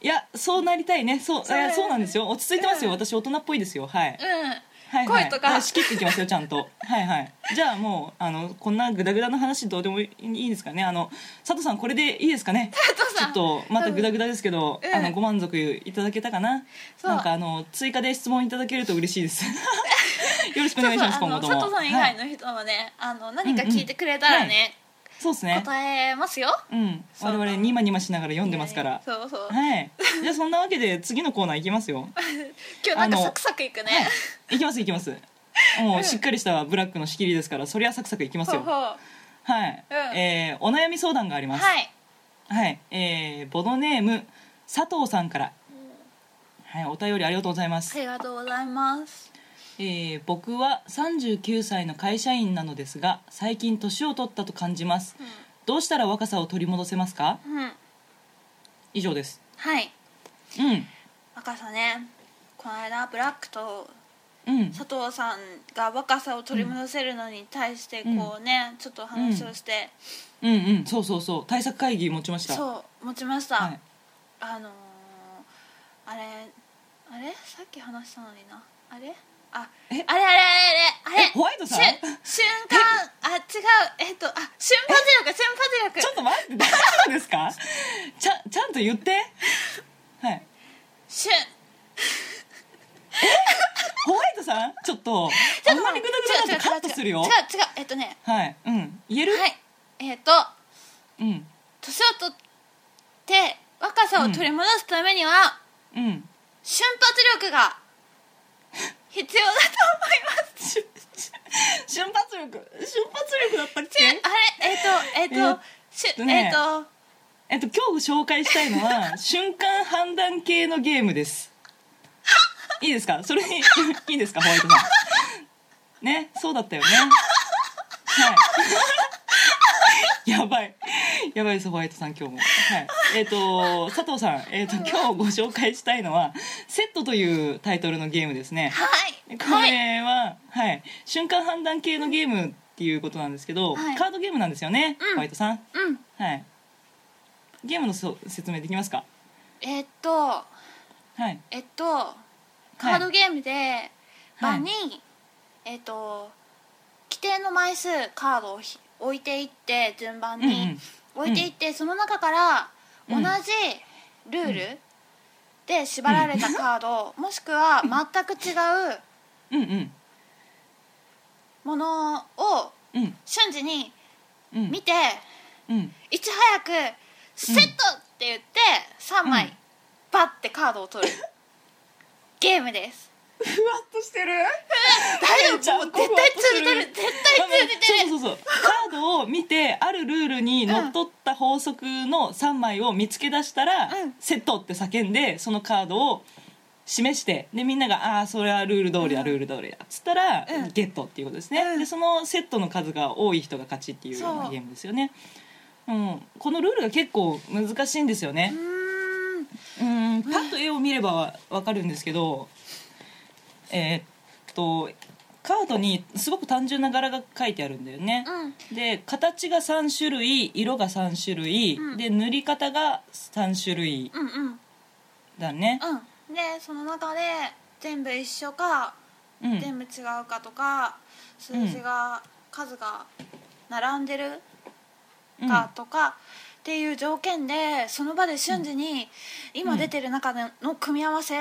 [SPEAKER 1] いやそうなりたいねそう
[SPEAKER 2] そうだよ
[SPEAKER 1] え
[SPEAKER 2] ね
[SPEAKER 1] そうなんですよ落ち着いてますよ、
[SPEAKER 2] うん
[SPEAKER 1] 私大人っぽいですよはい、
[SPEAKER 2] うん
[SPEAKER 1] はいはい、
[SPEAKER 2] 声とか
[SPEAKER 1] はい仕切っていきますよちゃんとはいはいじゃあもうあのこんなグダグダの話どうでもいいですかねあの佐藤さんこれでいいですかね
[SPEAKER 2] 佐藤
[SPEAKER 1] ちょ
[SPEAKER 2] さ
[SPEAKER 1] っ
[SPEAKER 2] ん
[SPEAKER 1] とまたグダグダですけど、
[SPEAKER 2] うん
[SPEAKER 1] あのご満足いただけたかな
[SPEAKER 2] そう
[SPEAKER 1] なんかあの追加で質問いただけると嬉しいです よろしくお願いします
[SPEAKER 2] そう
[SPEAKER 1] 今
[SPEAKER 2] そうあ
[SPEAKER 1] 後
[SPEAKER 2] の
[SPEAKER 1] とも
[SPEAKER 2] 佐藤さん以
[SPEAKER 1] はい
[SPEAKER 2] 外の人もね、あの何か聞いてくれたらね、
[SPEAKER 1] そうですね。
[SPEAKER 2] 答えますよ
[SPEAKER 1] うん、
[SPEAKER 2] そ
[SPEAKER 1] 我
[SPEAKER 2] う
[SPEAKER 1] 々ニマニマしながら読んでますから。
[SPEAKER 2] そうそう
[SPEAKER 1] はい。じゃあそんなわけで次のコーナーいきますよ。
[SPEAKER 2] 今日なんか
[SPEAKER 1] あの
[SPEAKER 2] サクサクいくね、
[SPEAKER 1] はい。いきますいきます。もうしっかりしたブラックの仕切りですから、そりゃサクサクいきます
[SPEAKER 2] ほう
[SPEAKER 1] よ。
[SPEAKER 2] ほうは
[SPEAKER 1] はい。
[SPEAKER 2] うん
[SPEAKER 1] えーお悩み相談があります。
[SPEAKER 2] い
[SPEAKER 1] はい。えーボドネーム佐藤さんから。はい、お便りありがとうございます
[SPEAKER 2] あ。りがとうございます
[SPEAKER 1] えー僕は39歳の会社員なのですが、最近年を取ったと感じます。どうしたら若さを取り戻せますか？
[SPEAKER 2] うん、うん、
[SPEAKER 1] 以上です。
[SPEAKER 2] はい
[SPEAKER 1] うん。
[SPEAKER 2] 若さねこの間ブラックと
[SPEAKER 1] うん。
[SPEAKER 2] 佐藤さんが若さを取り戻せるのに対してこうね、ちょっとお話をして、
[SPEAKER 1] うんうんそうそうそう対策会議持ちましたう
[SPEAKER 2] そう持ちました、
[SPEAKER 1] はい、
[SPEAKER 2] あのーあれあれさっき話したのになあれあ
[SPEAKER 1] え
[SPEAKER 2] あれあれあれあれあれ
[SPEAKER 1] えホワイトさん
[SPEAKER 2] しゅ瞬間あ違うえっとあ瞬発力瞬発力
[SPEAKER 1] ちょっと待って大丈夫ですかちゃちゃんと言ってはい
[SPEAKER 2] 瞬
[SPEAKER 1] ホワイトさんちょっとあんまりグダグダだとカットするよ
[SPEAKER 2] 違う違うえっとね
[SPEAKER 1] はいうん言える、
[SPEAKER 2] はいえっと
[SPEAKER 1] うん
[SPEAKER 2] 年を取って若さを取り戻すためには、
[SPEAKER 1] うん
[SPEAKER 2] 瞬発力が必要だと思います
[SPEAKER 1] 瞬瞬発力瞬発力だったっ
[SPEAKER 2] 瞬
[SPEAKER 1] け
[SPEAKER 2] あれえっとえっと、
[SPEAKER 1] えっ
[SPEAKER 2] しゅ
[SPEAKER 1] とね
[SPEAKER 2] えっと
[SPEAKER 1] えっと今日紹介したいの は瞬間判断系のゲームですいいですかそれに いいですかホワイトさんねそうだったよねはいやばい やばいですホワイトさん今日もはいえっ、と佐藤さん、えっと今日ご紹介したいのは「セット」というタイトルのゲームですね
[SPEAKER 2] はい
[SPEAKER 1] こ
[SPEAKER 2] はい
[SPEAKER 1] れは、はい瞬間判断系のゲームっていうことなんですけど、
[SPEAKER 2] はい
[SPEAKER 1] カードゲームなんですよね、
[SPEAKER 2] うん
[SPEAKER 1] ホワイトさん
[SPEAKER 2] うん
[SPEAKER 1] はい。ゲームのそ説明できますか。
[SPEAKER 2] えっと
[SPEAKER 1] はい。
[SPEAKER 2] えっとカードゲームで場に、えっと規定の枚数カードをひ置いていって順番
[SPEAKER 1] うんう
[SPEAKER 2] に
[SPEAKER 1] ん
[SPEAKER 2] 置いていって、その中から
[SPEAKER 1] う
[SPEAKER 2] 同
[SPEAKER 1] ん
[SPEAKER 2] じルールで縛られたカード、もしくは全く違う
[SPEAKER 1] うんうん
[SPEAKER 2] ものを
[SPEAKER 1] うん
[SPEAKER 2] 瞬時に
[SPEAKER 1] うん。
[SPEAKER 2] 見て、
[SPEAKER 1] うん
[SPEAKER 2] いち早く「セット!」って言って3枚、
[SPEAKER 1] うん
[SPEAKER 2] バッてカードを取るゲームです
[SPEAKER 1] ふわっとしてる
[SPEAKER 2] 大
[SPEAKER 1] ちゃ
[SPEAKER 2] 丈
[SPEAKER 1] ん
[SPEAKER 2] 夫もう絶
[SPEAKER 1] ふわ
[SPEAKER 2] 対
[SPEAKER 1] っとす
[SPEAKER 2] 釣
[SPEAKER 1] る
[SPEAKER 2] れてる絶対釣れてる
[SPEAKER 1] そうそうそうカードを見てあるルールにのっとった法則の3枚を見つけ出したら、
[SPEAKER 2] うん
[SPEAKER 1] セットって叫んでそのカードを示してでみんなが「ああーそれはルール通りだ、
[SPEAKER 2] うん
[SPEAKER 1] ルール通りだ」っつったら、
[SPEAKER 2] うん
[SPEAKER 1] ゲットっていうことですね、
[SPEAKER 2] うん
[SPEAKER 1] でそのセットの数が多い人が勝ちっていうような
[SPEAKER 2] そう
[SPEAKER 1] ゲームですよねうん、このルールが結構難しいんですよね
[SPEAKER 2] う、ーん
[SPEAKER 1] うんパッと絵を見ればわわかるんですけどえーっとカードにすごく単純な柄が書いてあるんだよね、
[SPEAKER 2] うん
[SPEAKER 1] で形が3種類色が3種類、
[SPEAKER 2] うん
[SPEAKER 1] で塗り方が3種類
[SPEAKER 2] うんうん
[SPEAKER 1] だね、
[SPEAKER 2] うんでその中で全部一緒か
[SPEAKER 1] うん
[SPEAKER 2] 全部違うかとか数字が、数が並んでるかとか、っていう条件でその場で瞬時に今出てる中での組み合わせ、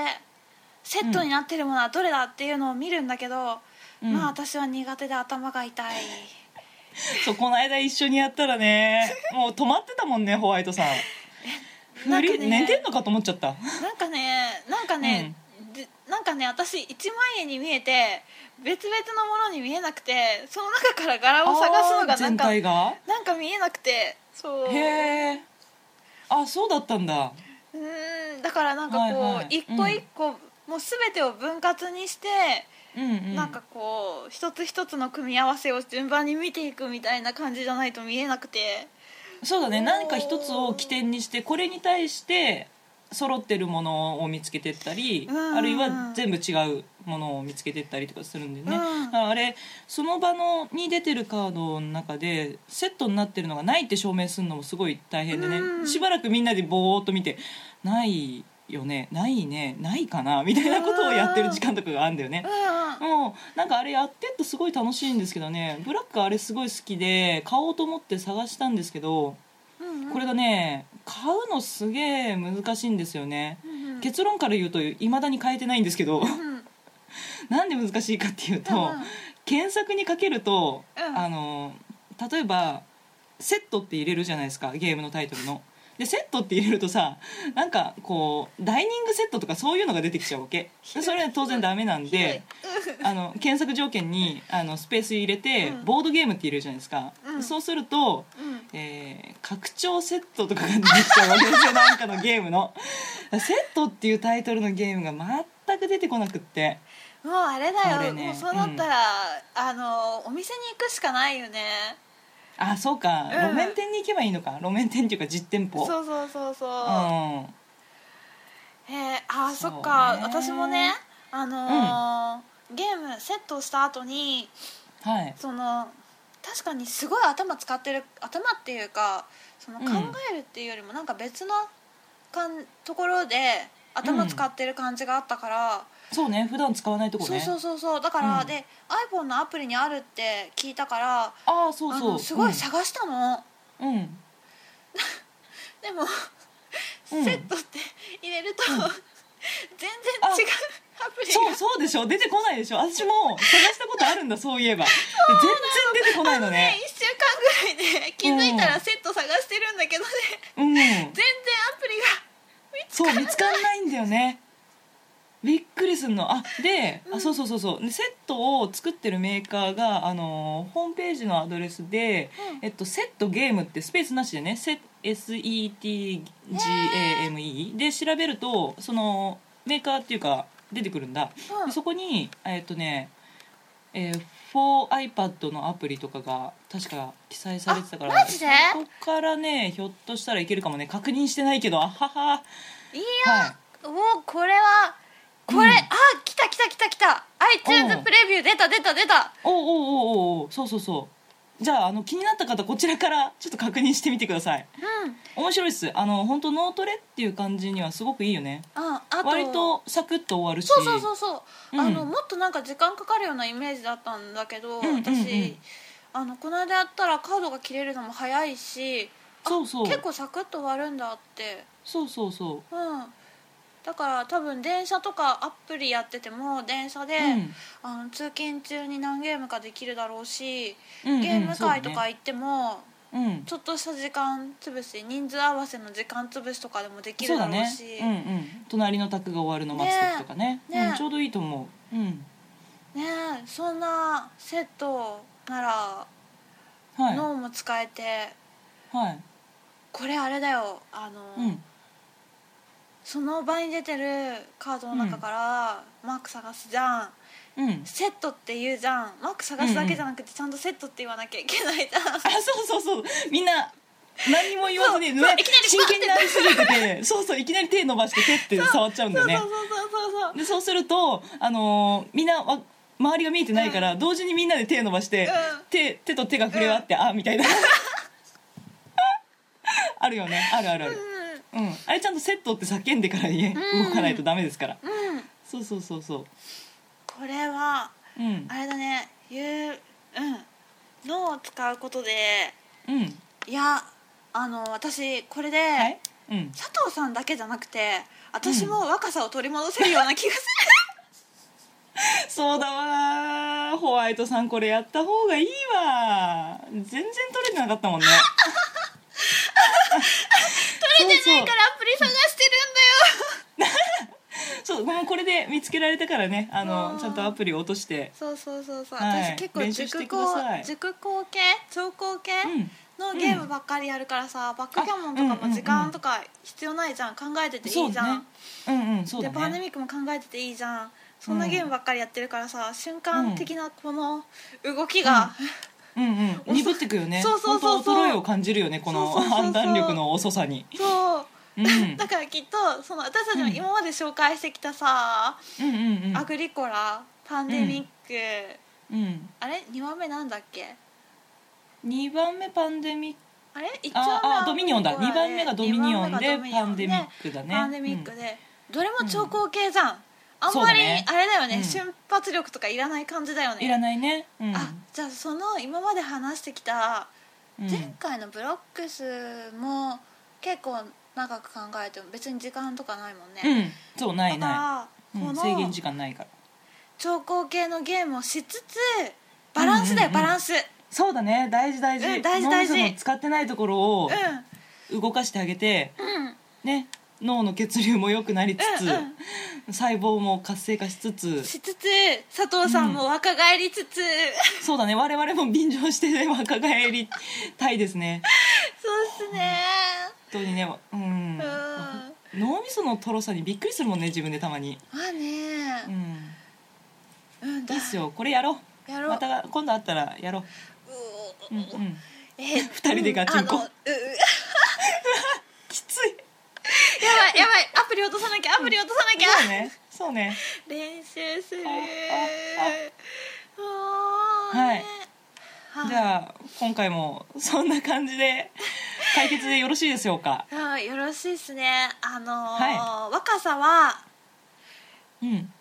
[SPEAKER 2] セットになってるものはどれだっていうのを見るんだけど、
[SPEAKER 1] うん
[SPEAKER 2] まあ私は苦手で頭が痛い
[SPEAKER 1] そうこの間一緒にやったらねもう止まってたもんねホワイトさん
[SPEAKER 2] なんか
[SPEAKER 1] 振り
[SPEAKER 2] ね
[SPEAKER 1] 寝てんのかと思っちゃった
[SPEAKER 2] なんかねなんかね、でなんかね私1万円に見えて別々のものに見えなくてその中から柄を探すの
[SPEAKER 1] あ
[SPEAKER 2] が
[SPEAKER 1] ー
[SPEAKER 2] なん
[SPEAKER 1] 全
[SPEAKER 2] か
[SPEAKER 1] 体が
[SPEAKER 2] なんか見えなくてそう
[SPEAKER 1] へえあそうだったんだ
[SPEAKER 2] うーんだからなんかこう、
[SPEAKER 1] はいはい
[SPEAKER 2] 一個一個、もう全てを分割にして、
[SPEAKER 1] うんうん
[SPEAKER 2] なんかこう一つ一つの組み合わせを順番に見ていくみたいな感じじゃないと見えなくて
[SPEAKER 1] そうだね
[SPEAKER 2] おー
[SPEAKER 1] 何か一つを起点にしてこれに対して揃ってるものを見つけてったり
[SPEAKER 2] うんうん
[SPEAKER 1] あるいは全部違うものを見つけてったりとかするんでね、
[SPEAKER 2] うん
[SPEAKER 1] だからあれその場のに出てるカードの中でセットになってるのがないって証明するのもすごい大変でね、
[SPEAKER 2] うん
[SPEAKER 1] しばらくみんなでぼーっと見て「ないよねないねないかな」みたいなことをやってる時間とかがあるんだよね。
[SPEAKER 2] うんうん
[SPEAKER 1] もうなんかあれやってってすごい楽しいんですけどねブラックあれすごい好きで買おうと思って探したんですけど
[SPEAKER 2] うんうん
[SPEAKER 1] これがね買うのすげえ難しいんですよね
[SPEAKER 2] うんうん
[SPEAKER 1] 結論から言うといまだに変えてないんですけど
[SPEAKER 2] うんうん
[SPEAKER 1] なんで難しいかっていうと、
[SPEAKER 2] うんうん
[SPEAKER 1] 検索にかけると、
[SPEAKER 2] うん
[SPEAKER 1] あの例えば「セット」って入れるじゃないですかゲームのタイトルの。でセットって入れるとさなんかこうダイニングセットとかそういうのが出てきちゃうわけでそれは当然ダメなんであの検索条件にあのスペース入れて、
[SPEAKER 2] うん
[SPEAKER 1] ボードゲームって入れるじゃないですか、
[SPEAKER 2] うん
[SPEAKER 1] そうすると
[SPEAKER 2] うん
[SPEAKER 1] えー拡張セットとかができちゃうわけですよなんかのゲームのセットっていうタイトルのゲームが全く出てこなくって
[SPEAKER 2] もうあれだ
[SPEAKER 1] これ
[SPEAKER 2] よ、
[SPEAKER 1] ね
[SPEAKER 2] もうそうなったら、あのお店に行くしかないよね
[SPEAKER 1] あそうか、
[SPEAKER 2] ん
[SPEAKER 1] 路面店に行けばいいのか路面店っていうか実店舗
[SPEAKER 2] そうそうそうそ
[SPEAKER 1] う
[SPEAKER 2] う、
[SPEAKER 1] ん
[SPEAKER 2] へえあー
[SPEAKER 1] そ
[SPEAKER 2] そう
[SPEAKER 1] ね
[SPEAKER 2] っか私もねあのーゲームセットした後に
[SPEAKER 1] はい
[SPEAKER 2] その確かにすごい頭使ってる頭っていうかその
[SPEAKER 1] う
[SPEAKER 2] 考
[SPEAKER 1] ん
[SPEAKER 2] えるっていうよりもなんか別のかんところで頭使ってる感じがあったから、
[SPEAKER 1] そうね普段使わないとこ
[SPEAKER 2] そ
[SPEAKER 1] ね
[SPEAKER 2] うそうそうそうだから、
[SPEAKER 1] うん
[SPEAKER 2] で iPhone のアプリにあるって聞いたから
[SPEAKER 1] ああそう
[SPEAKER 2] あ
[SPEAKER 1] そ
[SPEAKER 2] の
[SPEAKER 1] う
[SPEAKER 2] すごい探したの、
[SPEAKER 1] うん、うん
[SPEAKER 2] でも、
[SPEAKER 1] うん
[SPEAKER 2] セットって入れると、全
[SPEAKER 1] あ
[SPEAKER 2] 然違うアプリ
[SPEAKER 1] そう
[SPEAKER 2] が
[SPEAKER 1] そうでしょ出てこないでしょ私も探したことあるんだそういえばで全然出てこないの
[SPEAKER 2] ね
[SPEAKER 1] ね
[SPEAKER 2] 1週間ぐらいで気づいたらセット探してるんだけどね
[SPEAKER 1] うん
[SPEAKER 2] 全然アプリが
[SPEAKER 1] そう見つかんないんだよねびっくりすんのあで、あそうそうそうそうでセットを作ってるメーカーが、あのーホームページのアドレスで、
[SPEAKER 2] うん
[SPEAKER 1] えっと、セットゲームってスペースなしでねセ SETGAME で調べるとそのメーカーっていうか出てくるんだ、
[SPEAKER 2] うん
[SPEAKER 1] でそこにえっとね、えー 4iPad のアプリとかが確か記載されてたから
[SPEAKER 2] あマジで
[SPEAKER 1] そこからねひょっとしたらいけるかもね確認してないけどあはは。
[SPEAKER 2] いや、
[SPEAKER 1] はい
[SPEAKER 2] もうこれはこれ、
[SPEAKER 1] うん
[SPEAKER 2] あ来た来た来た来た iTunes プレビュー出た出た出た
[SPEAKER 1] おうおうおうおうそうそうそうじゃああの気になった方こちらからちょっと確認してみてください
[SPEAKER 2] うん
[SPEAKER 1] 面白いっすあの本当ノートレっていう感じにはすごくいいよね
[SPEAKER 2] ああと
[SPEAKER 1] 割とサクッと終わるし
[SPEAKER 2] そうそうそうそう、
[SPEAKER 1] うん
[SPEAKER 2] あのもっとなんか時間かかるようなイメージだったんだけど、
[SPEAKER 1] うんうんうん
[SPEAKER 2] 私あのこの間やったらカードが切れるのも早いしあ
[SPEAKER 1] そうそう
[SPEAKER 2] 結構サクッと終わるんだって
[SPEAKER 1] そうそうそ
[SPEAKER 2] うんだから多分電車とかアプリやってても電車で、
[SPEAKER 1] う、うん
[SPEAKER 2] あの通勤中に何ゲームかできるだろうし
[SPEAKER 1] うんうん
[SPEAKER 2] ゲーム会と
[SPEAKER 1] そうだ
[SPEAKER 2] か
[SPEAKER 1] ね
[SPEAKER 2] 行っても、
[SPEAKER 1] うん
[SPEAKER 2] ちょっとした時間潰し人数合わせの時間潰しとかでもでき
[SPEAKER 1] そ
[SPEAKER 2] る
[SPEAKER 1] う
[SPEAKER 2] だ
[SPEAKER 1] だ
[SPEAKER 2] ろう
[SPEAKER 1] ね
[SPEAKER 2] し
[SPEAKER 1] うんうん隣の卓が終わるの待つ時とかね
[SPEAKER 2] ねね
[SPEAKER 1] うん、ちょうどいいと思ううん
[SPEAKER 2] ねえそんなセットなら
[SPEAKER 1] はい
[SPEAKER 2] 脳も使えて、
[SPEAKER 1] はい
[SPEAKER 2] これあれだよあの、
[SPEAKER 1] うん
[SPEAKER 2] その場に出てるカードの中からマーク探すじゃん、
[SPEAKER 1] うん
[SPEAKER 2] セットって言うじゃんマーク探すだけじゃなくてちゃんとセットって言わなきゃいけないじゃん、
[SPEAKER 1] あそうそうそうみんな何も言わずに、ね
[SPEAKER 2] そうそういきなり
[SPEAKER 1] 真剣になりすぎててそうそういきなり手伸ばして手って触っちゃうんだよね
[SPEAKER 2] そうそうそうそうそう
[SPEAKER 1] でそうすると、あのーみんなわ周りが見えてないから、同時にみんなで手伸ばして、
[SPEAKER 2] うん
[SPEAKER 1] 手手と手が触れ合って、あみたい なあるよねあるあるある、うんあれちゃんとセットって叫んでから言え、
[SPEAKER 2] うん
[SPEAKER 1] 動かないとダメですから
[SPEAKER 2] うん、うん、
[SPEAKER 1] そうそうそうそ
[SPEAKER 2] これは
[SPEAKER 1] ううん
[SPEAKER 2] あれだね言ううん脳を使うことで
[SPEAKER 1] うん
[SPEAKER 2] いやあの私これで、
[SPEAKER 1] はいうん
[SPEAKER 2] 佐藤さんだけじゃなくて私も若さを取り戻せるよう な気がす
[SPEAKER 1] そうだわーホワイトさんこれやった方がいいわ全然取れてなかったもんね取れて
[SPEAKER 2] る、だからアプリ探して
[SPEAKER 1] そうもうこれで見つけられたからねあ
[SPEAKER 2] あ
[SPEAKER 1] の
[SPEAKER 2] ー
[SPEAKER 1] ちゃんとアプリを落として
[SPEAKER 2] るんだよそうそうそうそう、
[SPEAKER 1] はい
[SPEAKER 2] 私結構
[SPEAKER 1] 練習して
[SPEAKER 2] 塾
[SPEAKER 1] くだ
[SPEAKER 2] 校
[SPEAKER 1] さい
[SPEAKER 2] 塾校系聴講系
[SPEAKER 1] うん
[SPEAKER 2] のゲームばっかりやるからさ、バックキャモンと
[SPEAKER 1] あうんうん
[SPEAKER 2] か
[SPEAKER 1] うん
[SPEAKER 2] も時間とか必要ないじゃん考えてていいじゃん、
[SPEAKER 1] そうね、うんうんそう
[SPEAKER 2] で
[SPEAKER 1] だ
[SPEAKER 2] パンデ
[SPEAKER 1] ね
[SPEAKER 2] ミックも考えてていいじゃんそんなゲームばっかりやってるからさ瞬間的なこの動きが、
[SPEAKER 1] うんうん鈍ってくよね
[SPEAKER 2] そうそうそうそ
[SPEAKER 1] 本当
[SPEAKER 2] う
[SPEAKER 1] 衰えを感じるよねこの
[SPEAKER 2] そうそうそうそう
[SPEAKER 1] 判断力の遅さに
[SPEAKER 2] そう、
[SPEAKER 1] うん
[SPEAKER 2] だからきっとその私たちも
[SPEAKER 1] うん
[SPEAKER 2] 今まで紹介してきたさ、
[SPEAKER 1] うんうんうん
[SPEAKER 2] アグリコラパンデミック、
[SPEAKER 1] うん
[SPEAKER 2] あれ2番目なんだっけ
[SPEAKER 1] 2番目パンデミック
[SPEAKER 2] あれ1番目
[SPEAKER 1] ああドミニオンだ
[SPEAKER 2] アグリ
[SPEAKER 1] 2
[SPEAKER 2] コラ
[SPEAKER 1] 番目がドミニオンで
[SPEAKER 2] 二番目
[SPEAKER 1] パ
[SPEAKER 2] がド
[SPEAKER 1] ン
[SPEAKER 2] ミ
[SPEAKER 1] デ
[SPEAKER 2] ニ
[SPEAKER 1] ミ
[SPEAKER 2] オ
[SPEAKER 1] ッ
[SPEAKER 2] ンで
[SPEAKER 1] クだね
[SPEAKER 2] パンデミック
[SPEAKER 1] うん
[SPEAKER 2] で、どれも長考系じゃん、あんまり、
[SPEAKER 1] そうだね
[SPEAKER 2] あれだよね、
[SPEAKER 1] うん
[SPEAKER 2] 瞬発力とかいらない感じだよね
[SPEAKER 1] いらないねうん
[SPEAKER 2] あじゃあその今まで話してきた
[SPEAKER 1] うん
[SPEAKER 2] 前回のブロックスも結構長く考えても別に時間とかないもんね、
[SPEAKER 1] うんそうない
[SPEAKER 2] だ
[SPEAKER 1] な
[SPEAKER 2] から
[SPEAKER 1] い
[SPEAKER 2] こ
[SPEAKER 1] うん
[SPEAKER 2] の
[SPEAKER 1] 制限時間ないから
[SPEAKER 2] 長考系のゲームをしつつバランスだよ、
[SPEAKER 1] うんうんうん
[SPEAKER 2] バランス
[SPEAKER 1] そうだね大事大事
[SPEAKER 2] うん大事大事
[SPEAKER 1] 脳みその使ってないところを
[SPEAKER 2] う
[SPEAKER 1] 動かしてあげて
[SPEAKER 2] んうん
[SPEAKER 1] ね脳の血流も良くなりつつ、
[SPEAKER 2] うんうん
[SPEAKER 1] 細胞も活性化しつつ
[SPEAKER 2] しつつ佐藤さんも若返りつ つ、
[SPEAKER 1] そうだね我々も便乗して若返りたいですね
[SPEAKER 2] そうっすね
[SPEAKER 1] 本当にねうん
[SPEAKER 2] うん
[SPEAKER 1] 脳みそのとろさにびっくりするもんね自分でたまに
[SPEAKER 2] まあ
[SPEAKER 1] う
[SPEAKER 2] ね
[SPEAKER 1] ん
[SPEAKER 2] うん
[SPEAKER 1] い
[SPEAKER 2] だ
[SPEAKER 1] いっすよこれやろう
[SPEAKER 2] やろう
[SPEAKER 1] また今度会ったらやろ
[SPEAKER 2] う
[SPEAKER 1] う、うんうん、
[SPEAKER 2] え
[SPEAKER 1] 二人でガチンコ
[SPEAKER 2] うんあのうう やば
[SPEAKER 1] きつ い
[SPEAKER 2] いやばいアプリ落とさなきゃアプリ落とさなきゃ、
[SPEAKER 1] そうねそうね
[SPEAKER 2] 練習する
[SPEAKER 1] あ
[SPEAKER 2] おー
[SPEAKER 1] はい
[SPEAKER 2] ねはい
[SPEAKER 1] じゃあ今回もそんな感じで解決でよろしいでしょうか
[SPEAKER 2] うんよろしいですねあのー
[SPEAKER 1] は
[SPEAKER 2] 若さは
[SPEAKER 1] うん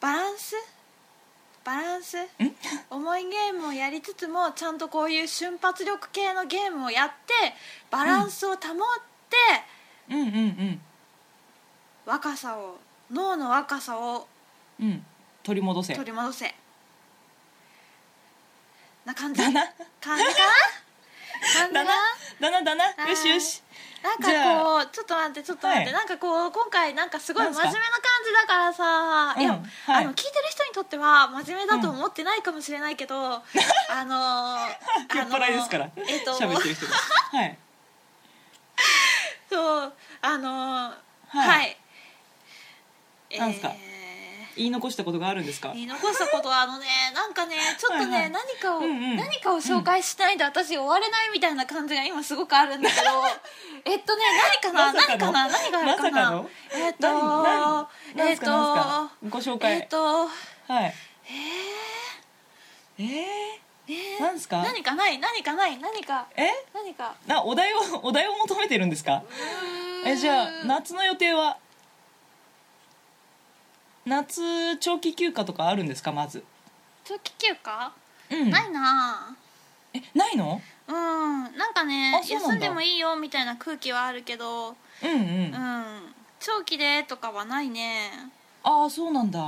[SPEAKER 2] バランスバランス重いゲームをやりつつもちゃんとこういう瞬発力系のゲームをやってバランスを保って、
[SPEAKER 1] うんうん
[SPEAKER 2] 若さを脳の若さを
[SPEAKER 1] うんうん取り戻せ
[SPEAKER 2] 取り戻せな感じ
[SPEAKER 1] だ
[SPEAKER 2] 感じ
[SPEAKER 1] な
[SPEAKER 2] かな感じか
[SPEAKER 1] だなだ
[SPEAKER 2] な
[SPEAKER 1] なだな
[SPEAKER 2] はい
[SPEAKER 1] よしよし
[SPEAKER 2] なん
[SPEAKER 1] じゃ
[SPEAKER 2] かこうちょっと待ってちょっと待っ
[SPEAKER 1] は
[SPEAKER 2] て、
[SPEAKER 1] い
[SPEAKER 2] なんかこう今回なんかすごい
[SPEAKER 1] なん
[SPEAKER 2] 真
[SPEAKER 1] す
[SPEAKER 2] 面
[SPEAKER 1] か
[SPEAKER 2] 目な感じだからさ、
[SPEAKER 1] うん
[SPEAKER 2] いや、
[SPEAKER 1] はい
[SPEAKER 2] あの聞いてる人にとっては真面目だと思ってないかもしれな いけど、あのー
[SPEAKER 1] 酔っ払いですから
[SPEAKER 2] あのーえっと
[SPEAKER 1] 喋ってる 人がはい
[SPEAKER 2] そうあのー
[SPEAKER 1] はい
[SPEAKER 2] はい、え
[SPEAKER 1] なんすか言い残したことがあるんですか
[SPEAKER 2] 言い残したことはあのねなんかねちょっとね
[SPEAKER 1] はいはい
[SPEAKER 2] 何かを、
[SPEAKER 1] うんうん
[SPEAKER 2] 何かを紹介しないと私終われないみたいな感じが今すごくあるんだけど えっとね何かな、
[SPEAKER 1] まさか
[SPEAKER 2] 何か
[SPEAKER 1] の
[SPEAKER 2] な何があるか
[SPEAKER 1] まさか
[SPEAKER 2] な、
[SPEAKER 1] の
[SPEAKER 2] えっと
[SPEAKER 1] 何何
[SPEAKER 2] え
[SPEAKER 1] で
[SPEAKER 2] っ
[SPEAKER 1] すか何
[SPEAKER 2] と
[SPEAKER 1] すかご紹
[SPEAKER 2] えっ
[SPEAKER 1] 介
[SPEAKER 2] と
[SPEAKER 1] はい
[SPEAKER 2] え
[SPEAKER 1] えー
[SPEAKER 2] ー、えー、
[SPEAKER 1] 何すか
[SPEAKER 2] 何かない何かない何か
[SPEAKER 1] え
[SPEAKER 2] 何か
[SPEAKER 1] なお題をお題を求めてるんですかえじゃあ夏の予定は夏長期休暇とかあるんですかまず
[SPEAKER 2] 長期休暇、
[SPEAKER 1] うん
[SPEAKER 2] ないな
[SPEAKER 1] えないの
[SPEAKER 2] うんなんかね
[SPEAKER 1] あそうなんだ
[SPEAKER 2] 休んでもいいよみたいな空気はあるけど
[SPEAKER 1] うんうん
[SPEAKER 2] うん
[SPEAKER 1] あ
[SPEAKER 2] 長期でとかはないね
[SPEAKER 1] あそうなんだ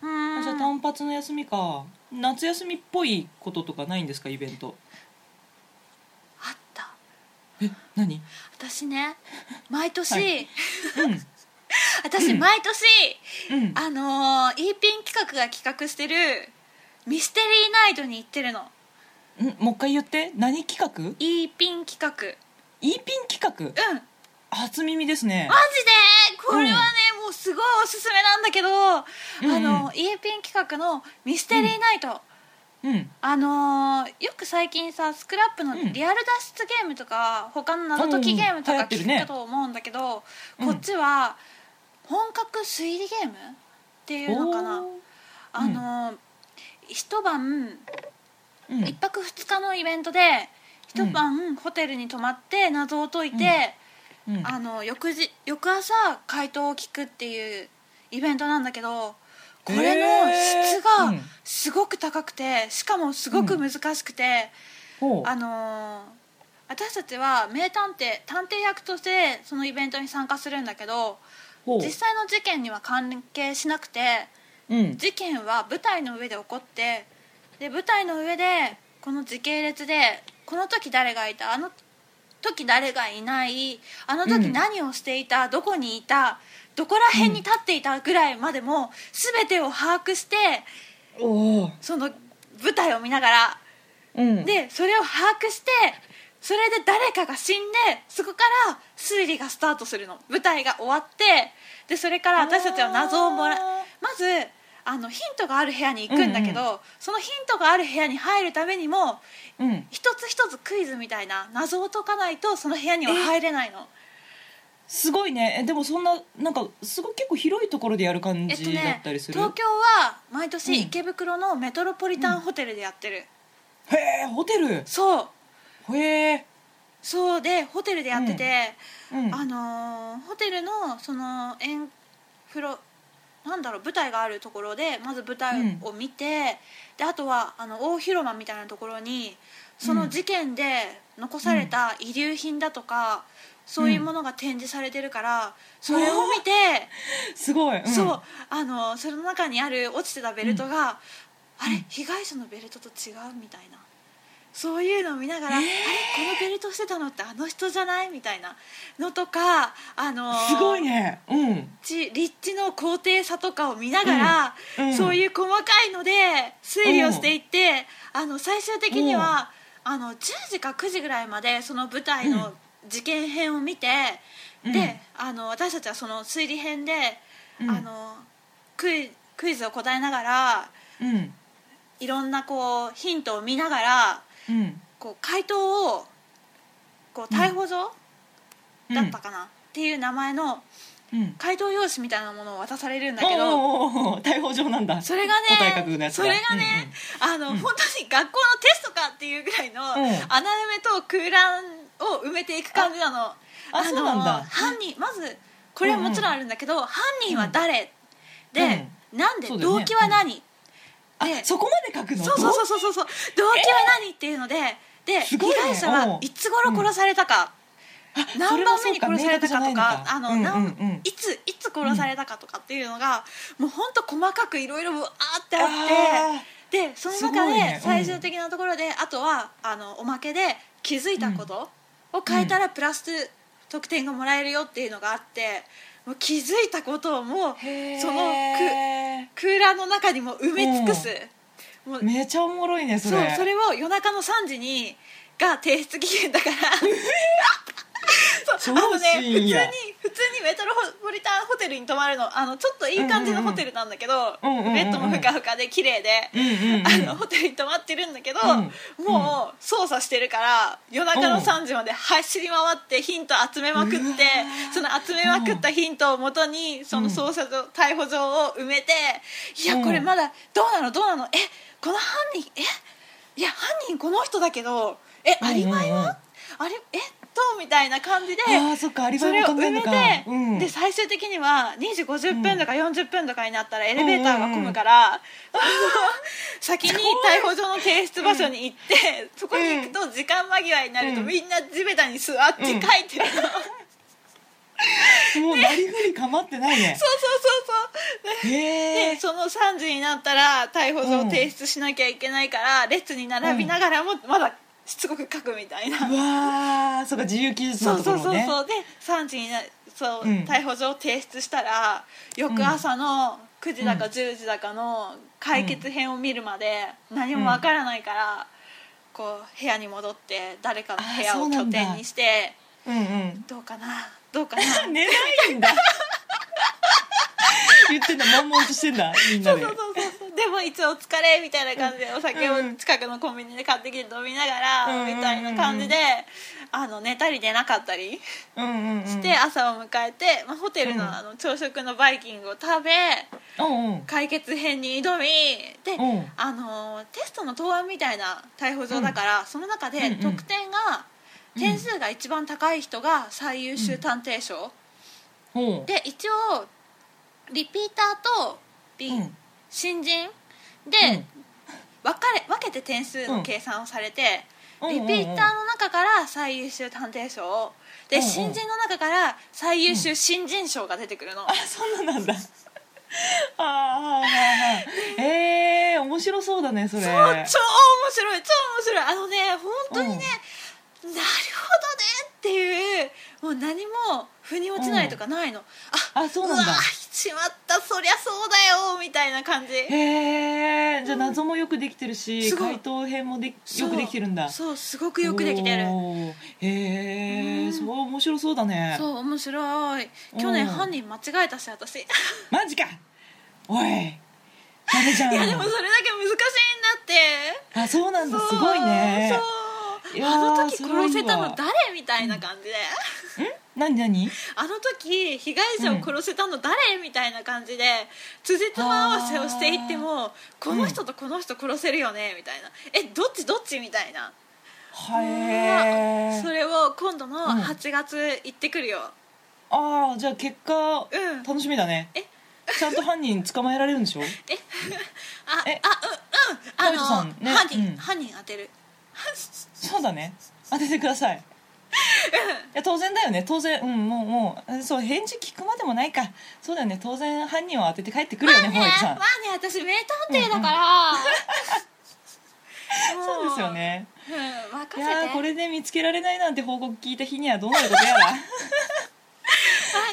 [SPEAKER 2] うん
[SPEAKER 1] あじゃあ単発の休みか夏休みっぽいこととかないんですかイベント
[SPEAKER 2] あった
[SPEAKER 1] え何
[SPEAKER 2] 私ね毎年、
[SPEAKER 1] は
[SPEAKER 2] 私毎年、
[SPEAKER 1] うんうん
[SPEAKER 2] あのー、イーピン企画が企画してるミステリーナイトに行ってるの
[SPEAKER 1] んもう一回言って何企画
[SPEAKER 2] イーピン企画
[SPEAKER 1] E ピン企画
[SPEAKER 2] うん
[SPEAKER 1] 初耳ですね
[SPEAKER 2] マジでこれはね、もうすごいおすすめなんだけど、
[SPEAKER 1] うんうん
[SPEAKER 2] あのイーピン企画のミステリーナイト、
[SPEAKER 1] うん
[SPEAKER 2] あのーよく最近さスクラップの
[SPEAKER 1] うん
[SPEAKER 2] リアル脱出ゲームとか、他の謎解きゲームと
[SPEAKER 1] うんうん流行
[SPEAKER 2] か
[SPEAKER 1] ってるね
[SPEAKER 2] 聞くと思うんだけど、
[SPEAKER 1] うん
[SPEAKER 2] こっちは本格推理ゲームっていうのかな、
[SPEAKER 1] おー
[SPEAKER 2] あのー一晩
[SPEAKER 1] うん
[SPEAKER 2] 一泊二日のイベントで一晩ホテルに泊まって謎を解いて、
[SPEAKER 1] うん
[SPEAKER 2] あの翌日翌朝回答を聞くっていうイベントなんだけどこれの質
[SPEAKER 1] えーうん
[SPEAKER 2] がすごく高くてしかもすごく難しくて、
[SPEAKER 1] ほう
[SPEAKER 2] あのー私たちは名探偵探偵役としてそのイベントに参加するんだけど
[SPEAKER 1] ほう
[SPEAKER 2] 実際の事件には関係しなくて
[SPEAKER 1] うん
[SPEAKER 2] 事件は舞台の上で起こってで舞台の上でこの時系列でこの時誰がいたあの時誰がいないあの
[SPEAKER 1] う
[SPEAKER 2] 時
[SPEAKER 1] ん
[SPEAKER 2] 何をしていた、どこにいたどこら辺に立っていたぐらいまでも全てを把握して
[SPEAKER 1] おお
[SPEAKER 2] その舞台を見ながら
[SPEAKER 1] うん
[SPEAKER 2] でそれを把握してそれで誰かが死んでそこから推理がスタートするの舞台が終わってでそれから私たちは謎をもら
[SPEAKER 1] あー
[SPEAKER 2] まずあのヒントがある部屋に行くんだけど、
[SPEAKER 1] うん
[SPEAKER 2] そのヒントがある部屋に入るためにも
[SPEAKER 1] うん
[SPEAKER 2] 一つ一つクイズみたいな謎を解かないとその部屋には入れないの
[SPEAKER 1] すごいねえでもそんななんかすごい結構広いところでやる感
[SPEAKER 2] えっと
[SPEAKER 1] じだ
[SPEAKER 2] ね
[SPEAKER 1] ったり
[SPEAKER 2] 東
[SPEAKER 1] す
[SPEAKER 2] 京
[SPEAKER 1] る、
[SPEAKER 2] は毎
[SPEAKER 1] うん
[SPEAKER 2] 年池袋のメトロポリタンホテルでやってる、
[SPEAKER 1] へえホテル
[SPEAKER 2] そう
[SPEAKER 1] へえ
[SPEAKER 2] そうでホテルでやってて、
[SPEAKER 1] うん
[SPEAKER 2] あのーホテルのそのエンフロなんだろう舞台があるところでまず舞台を見て、であとはあの大広間みたいなところにその事件で残された遺留品だとか、そういうものが展示されてるから、それを見て、
[SPEAKER 1] すごい、うん
[SPEAKER 2] そうあのーその中にある落ちてたベルトが、あれ被害者のベルトと違うみたいな。そういうのを見ながら、あれこのベルトしてたのってあの人じゃないみたいなのとかあのー
[SPEAKER 1] すごいねうん
[SPEAKER 2] 立地立地の高低差とかを見ながら、
[SPEAKER 1] うんうん
[SPEAKER 2] そういう細かいので推理をしていって、あの最終的には、あの10時か9時ぐらいまでその舞台
[SPEAKER 1] う
[SPEAKER 2] の事件編を見て、
[SPEAKER 1] うん
[SPEAKER 2] であの私たちはその推理編で、
[SPEAKER 1] うん
[SPEAKER 2] あのクイクイズを答えながら
[SPEAKER 1] うん
[SPEAKER 2] いろんなこうヒントを見ながら
[SPEAKER 1] うん
[SPEAKER 2] こう回答をこう逮捕状、だったかな、っていう名前の
[SPEAKER 1] うんうん
[SPEAKER 2] 回答用紙みたいなものを渡されるんだ
[SPEAKER 1] お
[SPEAKER 2] けど。
[SPEAKER 1] おーおーおー逮捕状なんだ
[SPEAKER 2] それが
[SPEAKER 1] 答え書くの
[SPEAKER 2] ね
[SPEAKER 1] やつ
[SPEAKER 2] そ
[SPEAKER 1] だ
[SPEAKER 2] れがね、あの、
[SPEAKER 1] うん
[SPEAKER 2] 本当に学校のテストかっていうぐらいの、
[SPEAKER 1] ん
[SPEAKER 2] 穴埋めと空欄を埋めていく感じなのあ
[SPEAKER 1] あそうなんだ
[SPEAKER 2] 犯人まずこれはもちろんあるんだけど、犯人は誰、で、なんで、
[SPEAKER 1] そうだよね
[SPEAKER 2] 動機は何、
[SPEAKER 1] うん
[SPEAKER 2] で
[SPEAKER 1] あそこまで書くの
[SPEAKER 2] そうそうそうそうそうそう動機は何っていうので、で、
[SPEAKER 1] す
[SPEAKER 2] 被
[SPEAKER 1] ごいね
[SPEAKER 2] 害者
[SPEAKER 1] うん
[SPEAKER 2] はいつ頃殺された
[SPEAKER 1] あ
[SPEAKER 2] か、
[SPEAKER 1] そ
[SPEAKER 2] 何
[SPEAKER 1] れも
[SPEAKER 2] 番
[SPEAKER 1] そ
[SPEAKER 2] 目
[SPEAKER 1] う
[SPEAKER 2] に殺され
[SPEAKER 1] 明確
[SPEAKER 2] たかと
[SPEAKER 1] じゃない
[SPEAKER 2] か
[SPEAKER 1] んだ
[SPEAKER 2] あの、
[SPEAKER 1] うん
[SPEAKER 2] なん
[SPEAKER 1] うんうん
[SPEAKER 2] いついつ殺されたかとかっていうのが、もう本当細かくいろいろわーってあ
[SPEAKER 1] あ
[SPEAKER 2] ってでその
[SPEAKER 1] す
[SPEAKER 2] 中
[SPEAKER 1] ごいね
[SPEAKER 2] で
[SPEAKER 1] うん
[SPEAKER 2] 最終的なところで、あとはあのおまけで気づいたことを変えたらプラス得点がもらえるよっていうのがあってもう気づいたことをもう
[SPEAKER 1] へー
[SPEAKER 2] その空欄の中にも埋め尽くす。もう
[SPEAKER 1] めちゃおもろいねそ
[SPEAKER 2] そう
[SPEAKER 1] れ
[SPEAKER 2] それを夜中の3時にが提出期限だから そうあ
[SPEAKER 1] 超
[SPEAKER 2] のね普通
[SPEAKER 1] 深
[SPEAKER 2] に
[SPEAKER 1] 夜
[SPEAKER 2] 普通にメトロポリタンホテルに泊まるのあのちょっといい感じのホテルなんだけど、
[SPEAKER 1] うんうんうんうん
[SPEAKER 2] ベッドもふかふかで綺麗で、
[SPEAKER 1] うんうんうん
[SPEAKER 2] あ のホテルに泊まってるんだけど、
[SPEAKER 1] うん
[SPEAKER 2] もう操作してるから夜中
[SPEAKER 1] う
[SPEAKER 2] の
[SPEAKER 1] ん
[SPEAKER 2] 3時まで走り回ってヒント集めまくって
[SPEAKER 1] うわ
[SPEAKER 2] その集めまくったヒントをもとにその捜査と逮捕状を埋めていや
[SPEAKER 1] うん
[SPEAKER 2] これまだどうなのどうなのえこの犯人えいや犯人この人だけどえ
[SPEAKER 1] うん
[SPEAKER 2] アリバイ
[SPEAKER 1] うんうん
[SPEAKER 2] はあれえっとみたいな感じで
[SPEAKER 1] あーそっかアリバ
[SPEAKER 2] そ
[SPEAKER 1] イ
[SPEAKER 2] れ
[SPEAKER 1] も
[SPEAKER 2] を
[SPEAKER 1] 考え
[SPEAKER 2] 埋
[SPEAKER 1] ん
[SPEAKER 2] め
[SPEAKER 1] の
[SPEAKER 2] て
[SPEAKER 1] か、うん
[SPEAKER 2] で最終的には2時50分とか40分とかになったらエレベーターが混むから、 先に逮捕状の提出場所に行って、そこに行くと時間間際になると、
[SPEAKER 1] うん
[SPEAKER 2] みんな地べたに座って書いてるの、そうそうそう
[SPEAKER 1] もうなりふり構ってない ね
[SPEAKER 2] そうね
[SPEAKER 1] へ
[SPEAKER 2] で
[SPEAKER 1] え
[SPEAKER 2] その3時になったら逮捕状を提出しなきゃいけないから、列に並びながらもまだしつこく書くみたいな
[SPEAKER 1] うわーそうか自由記述
[SPEAKER 2] そ
[SPEAKER 1] の
[SPEAKER 2] う
[SPEAKER 1] とこ
[SPEAKER 2] そ
[SPEAKER 1] ろ
[SPEAKER 2] うそう
[SPEAKER 1] ね
[SPEAKER 2] そうで3時になそう、
[SPEAKER 1] うん
[SPEAKER 2] 逮捕状を提出したら翌朝の9時だか10時だかの解決編を見るまで何もわからないから、こう部屋に戻って誰かの部
[SPEAKER 1] あー
[SPEAKER 2] 屋
[SPEAKER 1] そう
[SPEAKER 2] を
[SPEAKER 1] な
[SPEAKER 2] 拠
[SPEAKER 1] んだ
[SPEAKER 2] 点にして
[SPEAKER 1] うんうん
[SPEAKER 2] どうかな どうかな
[SPEAKER 1] 寝ないんだ 言ってんだ悶々としてんだみんな
[SPEAKER 2] そう
[SPEAKER 1] で
[SPEAKER 2] そうそうそうでもいつお疲れみたいな感じでお酒を近くのコンビニで買ってきて飲みながら
[SPEAKER 1] うん
[SPEAKER 2] みたいな感じであの寝たり寝なかったり。
[SPEAKER 1] うんうんうん
[SPEAKER 2] して朝を迎えて、まあ、ホテル
[SPEAKER 1] うん
[SPEAKER 2] のあの朝食のバイキングを食べ
[SPEAKER 1] うんうん
[SPEAKER 2] 解決編に挑みで、
[SPEAKER 1] うん
[SPEAKER 2] あのーテストの答案みたいな逮捕状だから、その中で
[SPEAKER 1] うんうん
[SPEAKER 2] 得点が、
[SPEAKER 1] うん
[SPEAKER 2] 点数が一番高い人が最優秀探偵賞、
[SPEAKER 1] ほう
[SPEAKER 2] で一応リピーターと、び
[SPEAKER 1] うん
[SPEAKER 2] 新人で、分かれ分けて点数の計算をされて。
[SPEAKER 1] うん
[SPEAKER 2] リピーターの中から最優秀探偵賞をで、
[SPEAKER 1] うんうん
[SPEAKER 2] 新人の中から最優秀新人賞が出てくるの、
[SPEAKER 1] あそんななんだ ああはいはいはいええー、面白そうだねそれ
[SPEAKER 2] そう超面白い超面白いあのね本当にね、なるほどねっていうもう何も腑に落ちないとかないの、あ
[SPEAKER 1] あそうなんだ
[SPEAKER 2] わしまったそりゃそうだよみたいな感じ
[SPEAKER 1] へえじゃあ謎もよくできてるし、
[SPEAKER 2] すごい
[SPEAKER 1] 回答編もでき
[SPEAKER 2] そう
[SPEAKER 1] よくできてるんだ
[SPEAKER 2] そうすごくよくできてる
[SPEAKER 1] おーへ
[SPEAKER 2] う
[SPEAKER 1] え
[SPEAKER 2] ん
[SPEAKER 1] そう面白そうだね
[SPEAKER 2] そう面白い去年
[SPEAKER 1] うん
[SPEAKER 2] 犯人間違えたし私い
[SPEAKER 1] マジかおいダメじゃん
[SPEAKER 2] やでもそれだけ難しいんだって
[SPEAKER 1] あそうなんだ
[SPEAKER 2] そう
[SPEAKER 1] すごいね
[SPEAKER 2] そう
[SPEAKER 1] いやー
[SPEAKER 2] あの時
[SPEAKER 1] それはいいわ
[SPEAKER 2] 殺せたの誰みたいな感じで、
[SPEAKER 1] 何何
[SPEAKER 2] あの時被害者を殺せたの誰みたいな感じで辻褄合わせをしていってもこの人とこの人殺せるよねみたいな、えどっちどっちみたいな、
[SPEAKER 1] はえ
[SPEAKER 2] それを今度の
[SPEAKER 1] うん
[SPEAKER 2] 8月行ってくるよ、
[SPEAKER 1] ああじゃあ結果、
[SPEAKER 2] ん
[SPEAKER 1] 楽しみだね
[SPEAKER 2] え
[SPEAKER 1] ちゃんと犯人捕まえられるんでしょ
[SPEAKER 2] あ
[SPEAKER 1] え
[SPEAKER 2] あうんう
[SPEAKER 1] 森
[SPEAKER 2] んあの、
[SPEAKER 1] 田さんね
[SPEAKER 2] 犯
[SPEAKER 1] う
[SPEAKER 2] 人、
[SPEAKER 1] ん
[SPEAKER 2] 犯人当てる
[SPEAKER 1] そうだね当ててくださいいや当然だよね当然うんもうもうそう返事聞くまでもないかそうだよね当然犯人を当てて帰ってくるよねホワイト
[SPEAKER 2] ま
[SPEAKER 1] さ
[SPEAKER 2] あ
[SPEAKER 1] ん
[SPEAKER 2] ね私名探偵だから、
[SPEAKER 1] そうですよね
[SPEAKER 2] もう、うん、任
[SPEAKER 1] い
[SPEAKER 2] せて
[SPEAKER 1] やーこれで見つけられないなんて報告聞いた日にはどうなることやら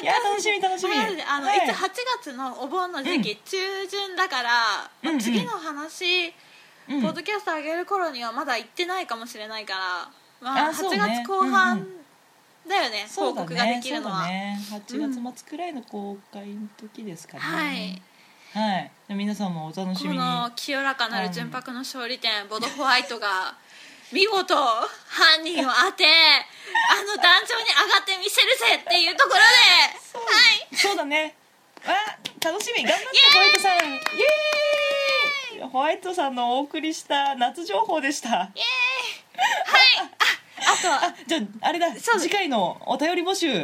[SPEAKER 1] いやー楽しみ楽しみ
[SPEAKER 2] はいあの、
[SPEAKER 1] はい
[SPEAKER 2] い、つ8月のお盆の時期、中旬だから、まあ
[SPEAKER 1] うんうん
[SPEAKER 2] 次の話、
[SPEAKER 1] うん
[SPEAKER 2] ポッドキャスト上げる頃にはまだ行ってないかもしれないから、まあ、
[SPEAKER 1] あそうね
[SPEAKER 2] 8月後半
[SPEAKER 1] うん
[SPEAKER 2] だよね、
[SPEAKER 1] そ
[SPEAKER 2] 報
[SPEAKER 1] うだ
[SPEAKER 2] 告がで
[SPEAKER 1] ね
[SPEAKER 2] きる
[SPEAKER 1] そ
[SPEAKER 2] の
[SPEAKER 1] う
[SPEAKER 2] は、
[SPEAKER 1] だね8月末くらいの公開の時ですか
[SPEAKER 2] はい
[SPEAKER 1] ね、はい、じゃあ皆さんもお楽し
[SPEAKER 2] こ
[SPEAKER 1] みに
[SPEAKER 2] の清らかなる純白の勝利点、ボドホワイトが見事犯人を 当てあの壇上に上がってみせるぜっていうところではい
[SPEAKER 1] そうだねわあ楽しみ頑張ってホワイトさんイエーイホワイトさんのお送りした夏情報でした
[SPEAKER 2] はいああと
[SPEAKER 1] じゃああれだ
[SPEAKER 2] そう
[SPEAKER 1] 次回のお便り募集
[SPEAKER 2] は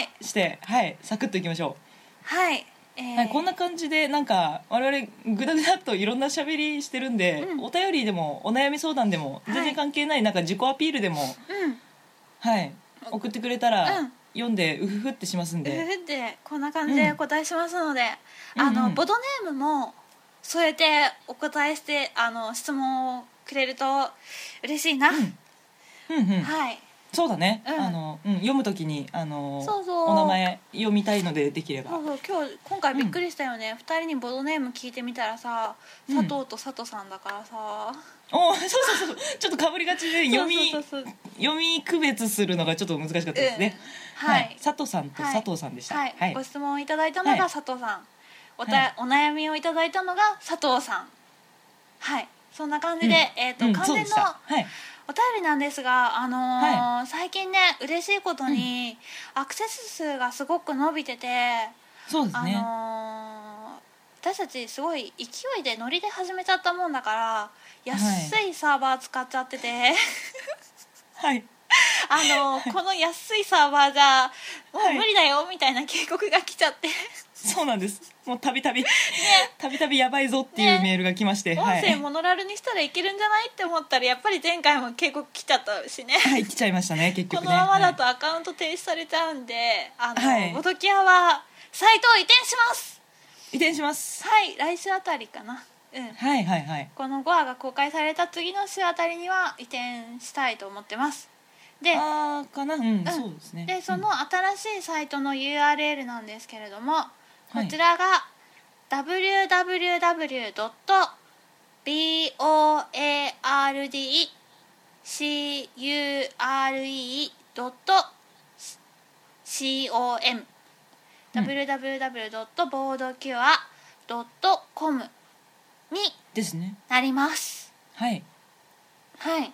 [SPEAKER 2] い
[SPEAKER 1] してはいサクッといきましょ
[SPEAKER 2] はい、
[SPEAKER 1] う、
[SPEAKER 2] えー
[SPEAKER 1] はい、こんな感じでなんか我々グダグダっといろんなしゃべりしてるんで、
[SPEAKER 2] うん
[SPEAKER 1] お便りでもお悩み相談でも
[SPEAKER 2] はい
[SPEAKER 1] 全然関係ない、なんか自己アピールでも
[SPEAKER 2] うん
[SPEAKER 1] はい送ってくれた
[SPEAKER 2] う
[SPEAKER 1] ら
[SPEAKER 2] ん
[SPEAKER 1] 読んでうふふってしますん
[SPEAKER 2] う
[SPEAKER 1] で、
[SPEAKER 2] ふふってこんな感じでお答えしますので、あの、
[SPEAKER 1] うんうん
[SPEAKER 2] ボドネームも添えてお答えしてあの質問をくれると嬉しいな、
[SPEAKER 1] うんうん
[SPEAKER 2] はい
[SPEAKER 1] そうだね、
[SPEAKER 2] うん
[SPEAKER 1] あのうん、読むときにあの
[SPEAKER 2] そうそう
[SPEAKER 1] お名前読みたいのでできれば
[SPEAKER 2] そうそう今日今回びっくりしたよね、二2人にボドネーム聞いてみたらさ佐藤と佐藤さんだからさ、
[SPEAKER 1] おそうそうそうちょっとかぶりがちで読み
[SPEAKER 2] そうそうそうそう
[SPEAKER 1] 読み区別するのがちょっと難しかったですね、
[SPEAKER 2] うんはい
[SPEAKER 1] 佐藤さんと佐藤さんでした
[SPEAKER 2] はい、
[SPEAKER 1] はい
[SPEAKER 2] ご質問いただいたのが佐藤さん、おた
[SPEAKER 1] はい
[SPEAKER 2] お悩みをいただいたのが佐藤さんはいそんな感じで、
[SPEAKER 1] うん
[SPEAKER 2] えっ、
[SPEAKER 1] う
[SPEAKER 2] と
[SPEAKER 1] ん
[SPEAKER 2] 完
[SPEAKER 1] そう
[SPEAKER 2] 全
[SPEAKER 1] で
[SPEAKER 2] の
[SPEAKER 1] したはい
[SPEAKER 2] お便りなんですが、あのー最近ね嬉しいことに、アクセス数がすごく伸びてて、
[SPEAKER 1] そうです
[SPEAKER 2] あ
[SPEAKER 1] ね、
[SPEAKER 2] のー私たちすごい勢いでノリで始めちゃったもんだから安いサーバー使っちゃってて、
[SPEAKER 1] はい
[SPEAKER 2] あのーこの安いサーバーじゃも
[SPEAKER 1] はいう
[SPEAKER 2] 無理だよみたいな警告が来ちゃって、
[SPEAKER 1] そうなんですもうたびたびたびたびやばいぞっていう
[SPEAKER 2] ね
[SPEAKER 1] メールが来まして、は
[SPEAKER 2] 音声
[SPEAKER 1] い
[SPEAKER 2] モノラルにしたらいけるんじゃないって思ったらやっぱり前回も警告来ちゃったしね。
[SPEAKER 1] はい来ちゃいましたね結
[SPEAKER 2] こ
[SPEAKER 1] 局
[SPEAKER 2] の
[SPEAKER 1] ね
[SPEAKER 2] ままだ
[SPEAKER 1] は
[SPEAKER 2] とアカウント停止されちゃうんで、あの、
[SPEAKER 1] はい
[SPEAKER 2] ボドキアはサイトを移転します。
[SPEAKER 1] い移転します
[SPEAKER 2] はい、来週あたりかな。うん、
[SPEAKER 1] はいはいはい
[SPEAKER 2] この5話が公開された次の週あたりには移転したいと思ってますで
[SPEAKER 1] ああかなうん、
[SPEAKER 2] ん
[SPEAKER 1] そうですね
[SPEAKER 2] でその新しいサイトの URL なんですけれども、
[SPEAKER 1] い
[SPEAKER 2] こちらが www.boardcure.com www.boardcure.com に
[SPEAKER 1] ですね
[SPEAKER 2] なります、
[SPEAKER 1] はい
[SPEAKER 2] はい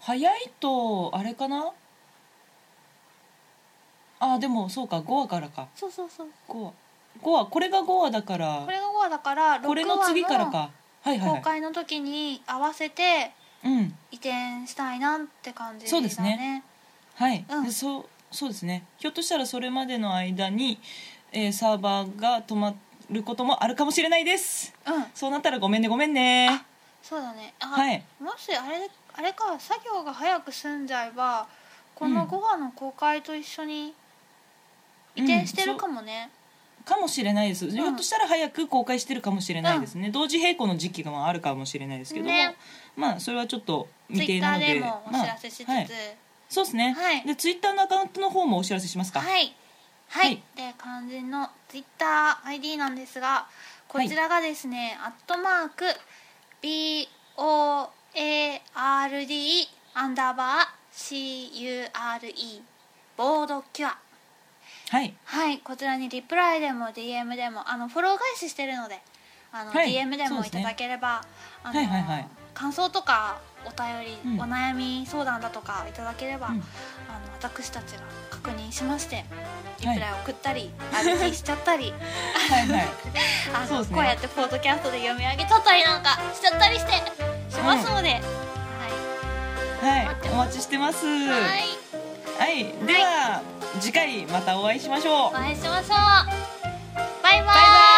[SPEAKER 1] 早いとあれかなあーでもそうか5話からか
[SPEAKER 2] そうそうそう
[SPEAKER 1] 5話5話これが5話だから
[SPEAKER 2] これが5話だから
[SPEAKER 1] これ
[SPEAKER 2] 6
[SPEAKER 1] の次から
[SPEAKER 2] 話の
[SPEAKER 1] かはいはいは
[SPEAKER 2] 公
[SPEAKER 1] い
[SPEAKER 2] 開の時に合わせて
[SPEAKER 1] うん
[SPEAKER 2] 移転したいなって感じだね
[SPEAKER 1] そうですねはい、
[SPEAKER 2] うん
[SPEAKER 1] でそうそうですねひょっとしたらそれまでの間に、えーサーバーが止まることもあるかもしれないです
[SPEAKER 2] うん
[SPEAKER 1] そうなったらごめんねごめんね
[SPEAKER 2] そうだねあ、
[SPEAKER 1] はい
[SPEAKER 2] もしあれあれか作業が早く済んじゃえばこ
[SPEAKER 1] う
[SPEAKER 2] の
[SPEAKER 1] ん
[SPEAKER 2] 5話の公開と一緒に移転してるかもね、
[SPEAKER 1] かもしれないです、ひょっとしたら早く公開してるかもしれないですね、同時並行の時期があるかもしれないですけども、
[SPEAKER 2] ね
[SPEAKER 1] まあそれはちょっと
[SPEAKER 2] ツ
[SPEAKER 1] 未定
[SPEAKER 2] イッタ
[SPEAKER 1] な
[SPEAKER 2] ー
[SPEAKER 1] ので
[SPEAKER 2] でもお知らせしつつ、
[SPEAKER 1] まあはい、そうですね、
[SPEAKER 2] はい
[SPEAKER 1] でツイッターのアカウントの方もお知らせしますか
[SPEAKER 2] はい、は
[SPEAKER 1] は
[SPEAKER 2] い
[SPEAKER 1] い
[SPEAKER 2] で肝心のツイッター ID なんですがこちらがですね「アットマーク BOARD アンダーバー CURE ボードキュア」
[SPEAKER 1] はい
[SPEAKER 2] はいこちらにリプライでも DM でもあのフォロー返ししてるのであの、
[SPEAKER 1] はい
[SPEAKER 2] DM で
[SPEAKER 1] そう
[SPEAKER 2] も
[SPEAKER 1] で
[SPEAKER 2] い
[SPEAKER 1] すね
[SPEAKER 2] ただければ、あの
[SPEAKER 1] はいはいはい
[SPEAKER 2] 感想とかお便り、
[SPEAKER 1] うん
[SPEAKER 2] お悩み相談だとかいただければ、
[SPEAKER 1] うん
[SPEAKER 2] あの私たちが確認しましてリプ
[SPEAKER 1] は
[SPEAKER 2] ラ
[SPEAKER 1] い
[SPEAKER 2] イ送ったり、RT しちゃっ たり
[SPEAKER 1] はいはい
[SPEAKER 2] あ
[SPEAKER 1] そう
[SPEAKER 2] の、
[SPEAKER 1] ですね
[SPEAKER 2] こうやってポッドキャストで読み上げちゃったりなんかしちゃったりしてしますので、はい
[SPEAKER 1] はいお待ちしてます
[SPEAKER 2] はい
[SPEAKER 1] はい、では、次回またお会いしましょう
[SPEAKER 2] お会いしましょうバイバイ
[SPEAKER 1] バイバイ